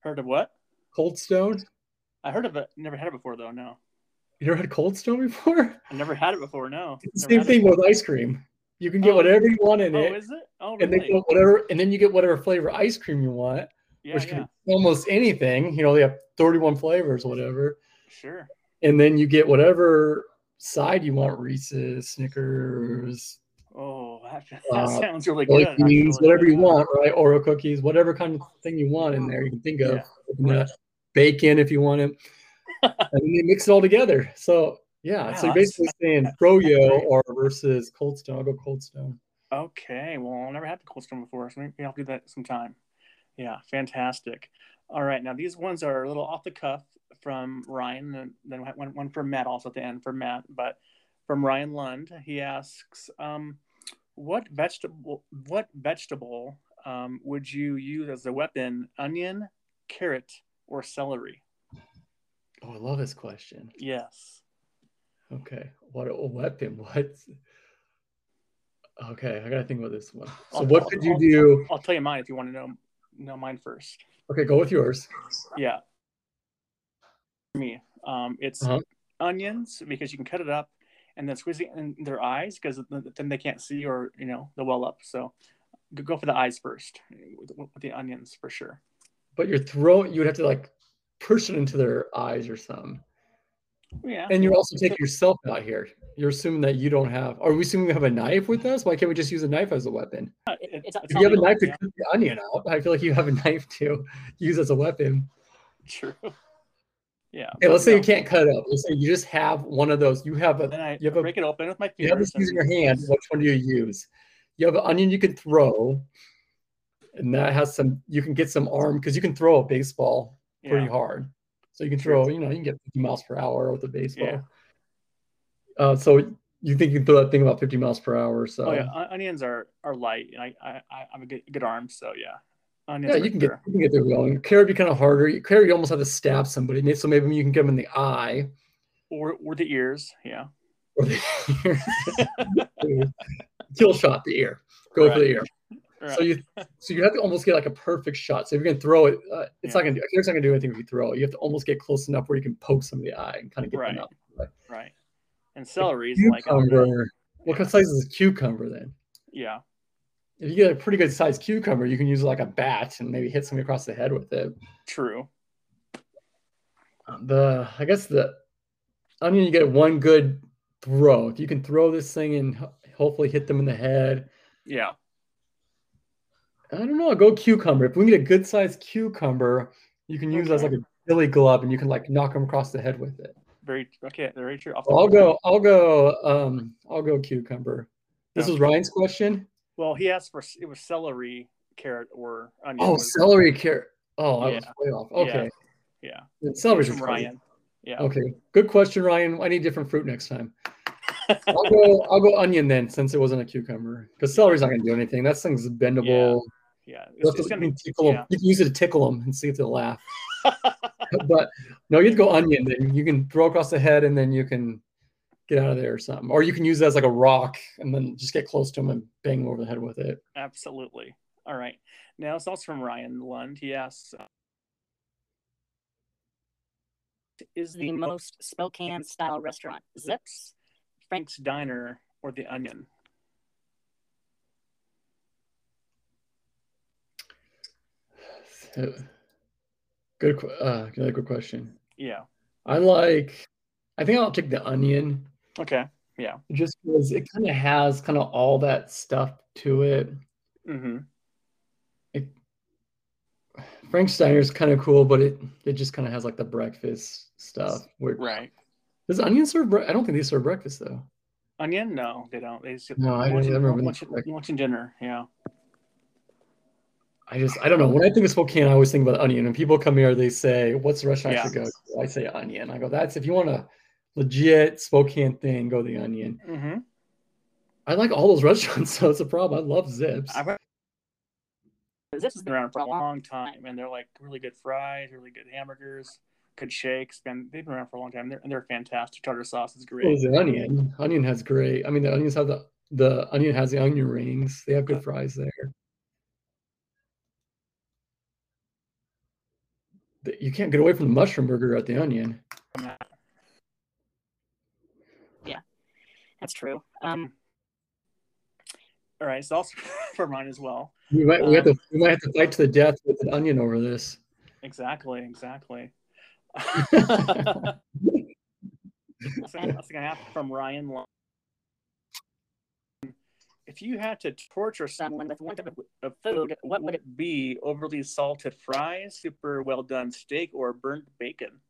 S1: Heard of what?
S2: Cold Stone?
S1: I heard of it. Never had it before, though. No,
S2: You never had Cold Stone before?
S1: I never had it before. No.
S2: It's the
S1: Never
S2: same
S1: had
S2: thing with ice cream. You can get
S1: Oh.
S2: whatever you want
S1: It.
S2: in
S1: Oh,
S2: it,
S1: is it? Oh,
S2: and
S1: really?
S2: then get whatever, and then you get whatever flavor ice cream you want,
S1: yeah,
S2: which
S1: yeah.
S2: can be almost anything. You know, they have thirty-one flavors, whatever.
S1: Sure.
S2: and then you get whatever side you want Reese's, Snickers,
S1: Oh, that, that
S2: Uh,
S1: sounds really
S2: jelly
S1: good.
S2: beans,
S1: actually.
S2: whatever you want, right? Oreo cookies, whatever kind of thing you want in there, you can think of.
S1: Yeah.
S2: Open that Bacon, if you want it, and then they mix it all together. So yeah,
S1: Wow,
S2: so
S1: that's-
S2: you're basically saying Froyo
S1: great.
S2: or versus Cold Stone. I'll go Cold Stone.
S1: Okay, well, I never had the cold stone before, so maybe I'll do that sometime. Yeah, fantastic. All right, now these ones are a little off the cuff from Ryan, and then one, one from Matt also at the end for Matt, but from Ryan Lund, he asks, um, "What vegetable? What vegetable um, would you use as a weapon? Onion, carrot, or celery?"
S2: Oh, I love this question.
S1: Yes.
S2: Okay, what a weapon? What? Okay, I gotta think about this one. So
S1: I'll-
S2: what
S1: I'll-
S2: could you
S1: I'll-
S2: do?
S1: I'll tell you mine if you want to know know mine first.
S2: Okay, go with yours.
S1: Yeah. For me, um, it's
S2: Uh-huh.
S1: onions because you can cut it up and then squeeze it in their eyes because then they can't see or you know they'll well up. So go- go for the eyes first with, with the onions for sure.
S2: But your throat, you would have to like push it into their eyes or something.
S1: Yeah.
S2: And you're also taking yourself out here. You're assuming that you don't have. Are we assuming we have a knife with us? Why can't we just use a knife as a weapon?
S1: It- it's,
S2: If you have a knife to
S1: yeah,
S2: cut the onion out, I feel like you have a knife to use as a weapon.
S1: true. Yeah.
S2: Hey, let's say you
S1: No.
S2: can't cut it up. Let's say you just have one of those. You have
S1: Then
S2: a.
S1: I
S2: You have a-
S1: break it open with my
S2: You have
S1: fingers.
S2: this using
S1: and-
S2: your hand. Which one do you use? You have an onion you can throw, and that has some. You can get some arm because you can throw a baseball pretty
S1: Yeah.
S2: hard. So you can
S1: Sure.
S2: throw, you know, you can get 50 miles per hour with a baseball.
S1: Yeah.
S2: Uh, so you think you can throw that thing about 50 miles per hour? So
S1: Oh yeah, on- onions are are light, and I I I- I'm a good, good arm, so yeah. Onions
S2: Yeah,
S1: for
S2: you can get
S1: sure.
S2: you can get there going. Carrot would be kind of harder. Carrot, you almost have to stab somebody. Maybe- So maybe you can get them in the eye.
S1: or or the ears, yeah.
S2: Or the ear. Kill shot the ear. Go for the ear.
S1: All
S2: So
S1: right.
S2: you so you have to almost get like a perfect shot. So if you're gonna throw it, uh, it's not
S1: Yeah.
S2: gonna do. Carrot's not gonna do anything if you throw. it. You have to almost get close enough where you can poke somebody in the eye and kind of get
S1: Right.
S2: them out.
S1: Right. And celery is like
S2: Cucumber.
S1: Yeah.
S2: What kind of size is a cucumber then?
S1: yeah,
S2: if you get a pretty good sized cucumber, you can use it like a bat and maybe hit somebody across the head with it.
S1: true.
S2: Um, The I guess the onion you get one good throw. If you can throw this thing and ho- hopefully hit them in the head.
S1: Yeah.
S2: I don't know. Go cucumber. If we can get a good sized cucumber, you can use it as like
S1: Okay.
S2: a billy glove and you can like knock them across the head with it.
S1: Very okay, very true. Off the-
S2: I'll go. I'll go. Um, I'll go cucumber. This was Ryan's question.
S1: Well, he asked for it was celery, carrot, or onion.
S2: Oh,
S1: was-
S2: celery carrot. Oh, I was
S1: Yeah.
S2: way off.
S1: Yeah.
S2: Okay.
S1: Yeah.
S2: Yeah.
S1: it
S2: Celery's
S1: was from
S2: a pretty-
S1: Ryan. Yeah.
S2: Okay, good question, Ryan. I need different fruit next time. I'll go. I'll go onion then, since it wasn't a cucumber. Because celery's not gonna do anything. That thing's bendable.
S1: Yeah. It's,
S2: You, have
S1: it's
S2: to-
S1: gonna
S2: you
S1: be
S2: can tickle 'em.
S1: yeah.
S2: You can use it to tickle them and see if they'll laugh. but no, you'd go onion. Then you can throw across the head, and then you can get out of there or something. Or you can use it as like a rock, and then just get close to them and bang 'em over the head with it.
S1: absolutely. All right. Now it's also from Ryan Lund. He asks uh, Is
S3: the most Spokane style restaurant. Zips.
S1: Frank's Diner or the Onion?
S2: So, good. que- Uh, another good question.
S1: Yeah.
S2: I like. I think I'll take the onion.
S1: Okay.
S2: just because it kind of has kind of all that stuff to it.
S1: Mm-hmm.
S2: Frank Steiner's kind of cool, but it it just kind of has like the breakfast stuff. Where
S1: Right.
S2: does onion serve? Bre- I don't think they serve breakfast though.
S1: Onion? No, they don't. They just
S2: No, I
S1: lunch,
S2: don't remember. when-
S1: lunch,
S2: like,
S1: lunch and dinner. Yeah.
S2: I just I don't know. When I think of Spokane, I always think about onion. When people come here, they say, "What's the restaurant I should go?" to?" I say onion. I go, "That's if you want a legit Spokane thing, go the onion."
S1: Mm-hmm.
S2: I like all those restaurants, so it's a problem. I love Zips.
S1: I went-
S3: Zips
S1: It's
S3: has
S1: been around for a long time, and they're like really good fries, really good hamburgers, good shakes. And they've been around for a long time, they're, and they're fantastic. Tartar sauce is
S2: Well,
S1: great.
S2: the onion. Onion has great. I mean, the onions have the the onion has the onion rings. They have good fries there. The- You can't get away from the mushroom burger at the onion.
S3: That's true. Um,
S1: All right, so also for mine as well.
S2: We might we have to
S1: Um,
S2: we might have to fight to the death with an onion over this.
S1: Exactly, exactly. That's gonna, that's gonna happen from Ryan. Long. If you had to torture someone with one type of- of food, what would it be? Overly salted fries, super well done steak, or burnt bacon?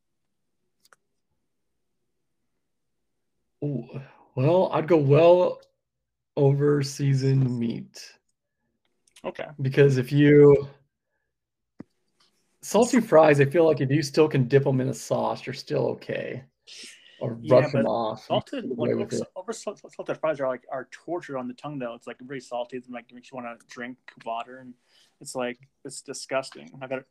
S2: Ooh, well, I'd go well over seasoned meat
S1: Okay.
S2: because if you salty fries, I feel like if you still can dip them in a sauce, you're still okay, or rub
S1: Yeah,
S2: them
S1: but
S2: off. and
S1: Salted,
S2: get
S1: like
S2: away with
S1: over,
S2: it.
S1: over salt- salted fries are like are tortured on the tongue though. It's like really salty. It's like makes you want to drink water, and it's like it's disgusting. I got it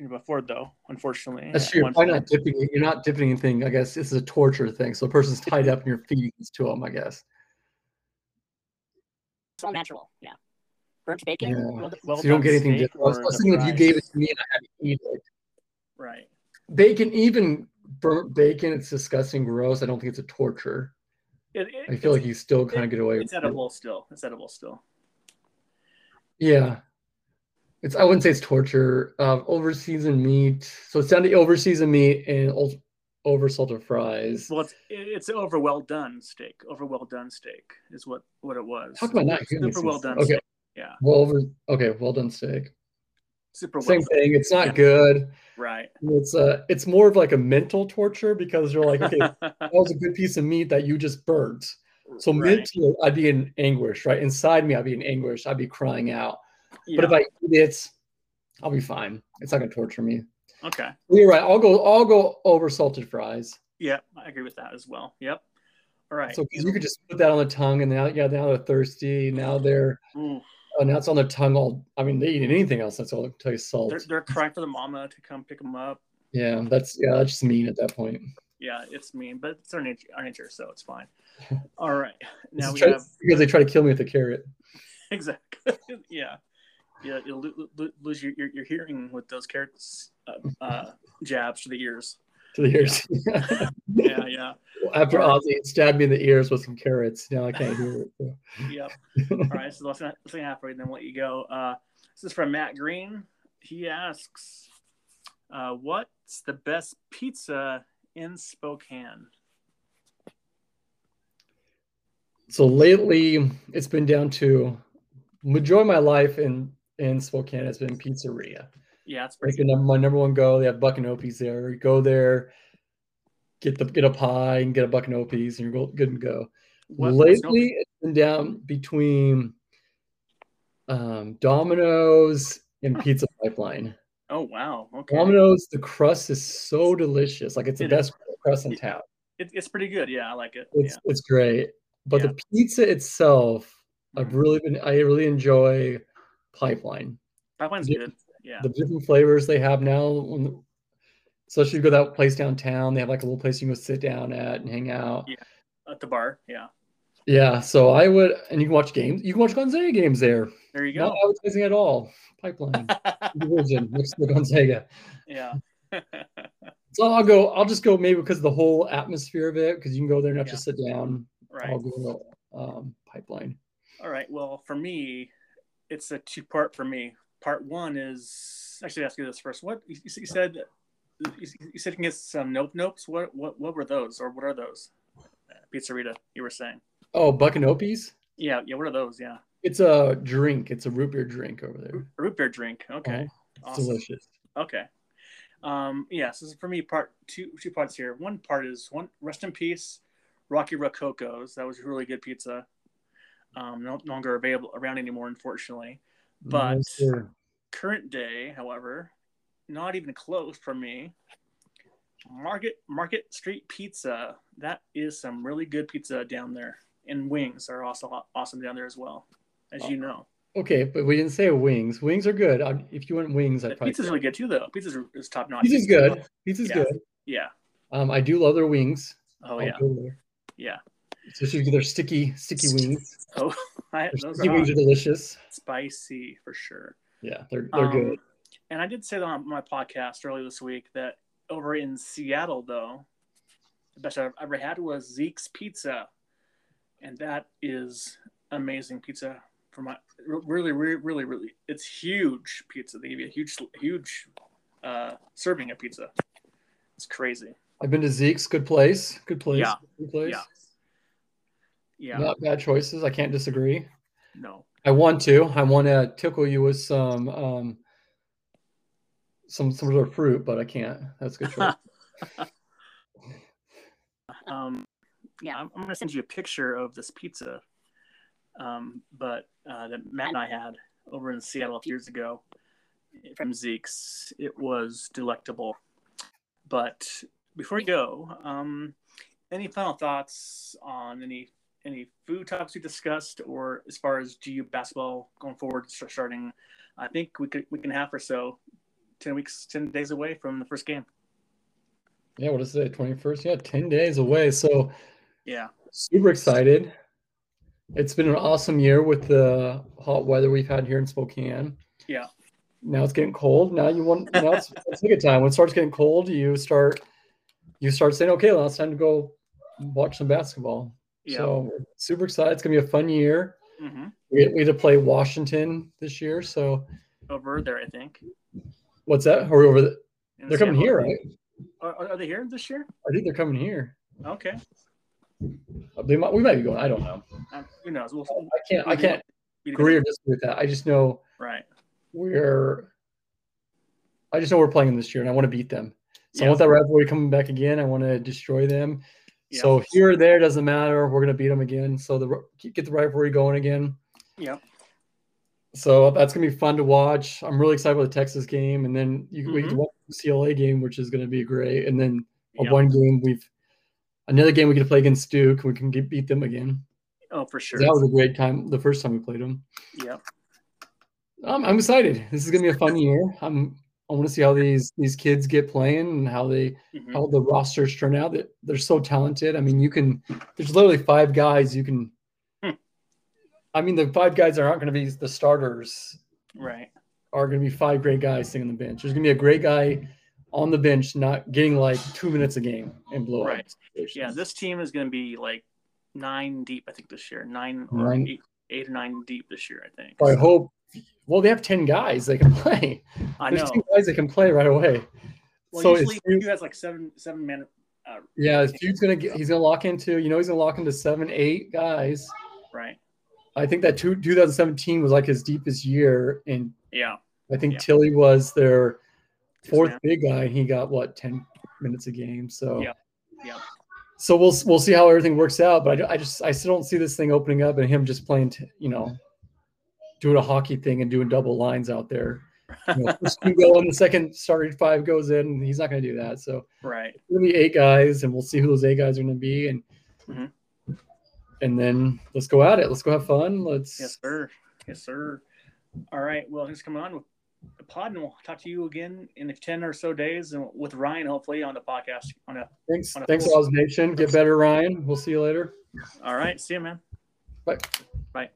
S1: you know, before though, unfortunately.
S2: That's
S1: at
S2: true.
S1: one
S2: Why
S1: point.
S2: not dipping? it- You're not dipping anything. I guess this is a torture thing. So the person's tied up and you're feeding this to them. I guess.
S3: It's all natural. Yeah. Burnt bacon.
S2: Yeah.
S3: well done-
S1: Well
S2: so you don't get
S1: done
S2: anything.
S1: steak
S2: Different. I was,
S1: or
S2: I was
S1: the
S2: thinking if you
S1: fries.
S2: gave it to me and I had to eat it,
S1: Right.
S2: bacon, even burnt bacon, it's disgusting, gross. I don't think it's a torture.
S1: It, it-
S2: I feel
S1: it's-
S2: like you still kind of get away
S1: it's
S2: with it.
S1: edible still. It's edible still.
S2: Yeah. It's I wouldn't say it's torture. Um, over seasoned meat. So it's down to over seasoned meat and ul- over salted fries.
S1: Well, it's it's over well done steak. Over well done steak is what what it was.
S2: Talk about not human
S1: super well
S2: seasoning.
S1: done.
S2: Okay.
S1: steak. Yeah.
S2: Well over okay, well done steak.
S1: Super well.
S2: Same
S1: done.
S2: thing. It's not
S1: Yeah.
S2: good.
S1: Right.
S2: It's uh it's more of like a mental torture because you're like, okay, that was a good piece of meat that you just burnt. So
S1: Right.
S2: mentally I'd be in anguish, right? Inside me, I'd be in anguish. I'd be crying out. But
S1: Yeah.
S2: if I eat it, I'll be fine. It's not gonna torture me.
S1: okay.
S2: You're right. I'll go I'll go over salted fries.
S1: Yeah, I agree with that as well. Yep. All right.
S2: So 'cause you could just put that on the tongue, and now yeah, now they're thirsty. Now they're
S1: Ooh,
S2: oh, now it's on their tongue all. I mean, they eat anything else that's all taste salt.
S1: they're, they're crying for the mama to come pick them up.
S2: yeah, that's yeah, that's just mean at that point.
S1: Yeah, it's mean, but it's our nature, our nature so it's fine. All right.
S2: This
S1: Now
S2: is
S1: we
S2: try-
S1: have
S2: because they try to kill me with a carrot.
S1: exactly. yeah. Yeah, you'll lo- lo- lose your, your, your hearing with those carrots uh, uh, jabs to the ears.
S2: To the ears.
S1: Yeah, yeah,
S2: After Ozzy stabbed me in the ears with some carrots, now I can't hear it. so.
S1: yep. All right, so let's not let's not halfway, then we'll let you go. Uh, this is from Matt Green. He asks, uh, "What's the best pizza in Spokane?"
S2: So lately, it's been down to majority of my life in in Spokane has been pizzeria.
S1: Yeah, it's pretty
S2: Like num- my number one go. They have buck and Opies there. You go there, get the get a pie and get a buck and Opies, and you're go- good to go.
S1: What- what's
S2: Lately, it's been down between um, Domino's and Pizza Pipeline.
S1: Oh wow, okay,
S2: Domino's, the crust is so delicious. Like it's the
S1: It
S2: best crust in
S1: Yeah.
S2: town.
S1: it, it's pretty good. Yeah, I like it.
S2: It's it's great. But the pizza itself,
S1: yeah,
S2: I've really been I really enjoy Pipeline.
S1: pipeline's
S2: the-
S1: good. Yeah,
S2: the different flavors they have now. when the- Especially you go that place downtown, they have like a little place you can go sit down at and hang out.
S1: Yeah. at the bar. Yeah,
S2: Yeah, so I would, and you can watch games. You can watch Gonzaga games there.
S1: there you
S2: Not
S1: go.
S2: advertising at all. Pipeline division next to Gonzaga.
S1: yeah, right.
S2: So I'll go. I'll just go maybe because of the whole atmosphere of it. Because you can go there and not just sit down. I'll go um, Pipeline.
S1: All right. Well, for me, it's a two part for me. Part one is actually ask you this first. What you, you said? You, you said you can get some nope nopes. What what what were those or what are those? Pizzerita, you were saying.
S2: Oh, Buck and Opie's.
S1: Yeah, yeah. What are those? Yeah,
S2: It's a drink. It's a root beer drink over there. Oh,
S1: A root beer drink. Okay,
S2: It's
S1: awesome.
S2: delicious.
S1: Okay. Um, yeah, so this is for me part two two parts here. One part is one rest in peace, Rocky Rococo's. That was really good pizza. Um, no no longer available around anymore, unfortunately. But-
S2: Yes, sir.
S1: Current day, however, not even close for me. Market Market Street Pizza. That is some really good pizza down there. And wings are also awesome down there as well, as
S2: Oh,
S1: you know.
S2: Okay, but we didn't say wings. Wings are good. I, if you want wings, I'd
S1: But
S2: probably.
S1: pizza's really good too, though. Pizza's is top notch.
S2: Pizza's good. Pizza's
S1: Yeah.
S2: good.
S1: Yeah.
S2: Um, I do love their wings.
S1: Oh
S2: I'll
S1: yeah.
S2: go there.
S1: Yeah.
S2: Especially if they're sticky, sticky wings.
S1: Oh, I,
S2: Their
S1: those
S2: sticky
S1: are um,
S2: wings are delicious.
S1: spicy for sure.
S2: Yeah, they're they're
S1: Um,
S2: good.
S1: And I did say that on my podcast earlier this week that over in Seattle, though, the best I've ever had was Zeke's Pizza, and that is amazing pizza. For my really, really, really, really, it's huge pizza. They give you a huge, huge uh, serving of pizza. It's crazy.
S2: I've been to Zeke's. Good place. Good place.
S1: Yeah.
S2: Good place.
S1: Yeah. Yeah.
S2: Not bad choices. I can't disagree.
S1: No.
S2: I want to. I want to tickle you with some um, some some sort of fruit, but I can't. That's a good choice.
S1: Um,
S3: Yeah.
S1: I'm, I'm going to send you a picture of this pizza, um, but uh, that Matt and I had over in Seattle a few years ago eh, from Zeke's. It was delectable. But before you go, um, any final thoughts on any any food topics we discussed, or as far as GU basketball going forward, start starting? I think we could we can half or so, ten weeks, ten days away from the first game.
S2: yeah. What is it? Twenty first. Yeah. Ten days away. So
S1: Yeah,
S2: super excited. It's been an awesome year with the hot weather we've had here in Spokane.
S1: Yeah.
S2: Now it's getting cold. Now you want now it's, it's a good time. When it starts getting cold, you start you start saying, "Okay, now it's time to go watch some basketball."
S1: yeah.
S2: So we're super excited. It's gonna be a fun year.
S1: hmm
S2: We we had to play Washington this year. So
S1: Over there, I think.
S2: what's that? Are we over? The,
S1: in
S2: they're coming
S1: Seattle.
S2: here, right?
S1: Are, are, are they here this year?
S2: I think they're coming here.
S1: Okay.
S2: They might. We might be going. I don't know.
S1: Um, who knows? We'll,
S2: I can't. I
S1: we'll-
S2: can't
S1: we'll-
S2: agree or disagree with that. I just know
S1: Right.
S2: we're I just know we're playing them this year and I want to beat them. So I
S1: Yeah.
S2: want that rivalry coming back again. I want to destroy them.
S1: Yeah.
S2: So here or there doesn't matter. We're gonna beat them again. So the ri- get the rivalry going again.
S1: Yeah.
S2: So that's gonna be fun to watch. I'm really excited about the Texas game, and then you we get to watch the UCLA game, which is gonna be great. And then a
S1: Mm-hmm. Yeah.
S2: one game we've another game we get to play against Duke. We can get beat them again.
S1: Oh, for sure.
S2: That was a great time the first time we played them.
S1: Yeah.
S2: Um, I'm excited. This is gonna be a fun year. I'm. I want to see how these these kids get playing and how they
S1: Mhm.
S2: how the rosters turn out. That they're so talented. I mean, you can. There's literally five guys you can.
S1: Hmm.
S2: I mean, the five guys that aren't going to be the starters
S1: Mm-hmm. Right.
S2: are going to be five great guys sitting on the bench. There's going to be a great guy on the bench not getting like two minutes a game and blow up
S1: Right.
S2: situations.
S1: Yeah. This team is going to be like nine deep, I think, this year. Nine or
S2: Nine.
S1: Eight, eight or nine deep this year, I think.
S2: So I hope. Well, they have ten guys they can play.
S1: I
S2: There's
S1: know.
S2: ten guys that can play right away.
S1: Well,
S2: so
S1: usually
S2: it's
S1: you has like seven, seven men. Uh,
S2: Yeah, if dude's gonna get, he's gonna lock into, you know, he's gonna lock into seven, eight guys.
S1: right.
S2: I think that two, 2017 was like his deepest year, and
S1: Yeah.
S2: I think
S1: Yeah.
S2: Tilly was their fourth
S1: man.
S2: big guy, and he got what 10 minutes a game. So
S1: Yeah, yeah.
S2: So we'll we'll see how everything works out, but I, I just I still don't see this thing opening up and him just playing, t- you know, doing a hockey thing and doing double lines out there. You know, first two go in, the second starting five goes in, and he's not gonna do that. So
S1: Right.
S2: gonna be eight guys, and we'll see who those eight guys are gonna be, and
S1: Mhm.
S2: and then let's go at it. Let's go have fun. Let's
S1: Yes, sir. Yes, sir. All right. Well, thanks for coming on with the pod, and we'll talk to you again in 10 or so days and with Ryan, hopefully, on the podcast. On a,
S2: thanks,
S1: on a
S2: thanks,
S1: full-
S2: Oz Nation. Get better, Ryan. We'll see you later.
S1: all right. See you, man.
S2: Bye.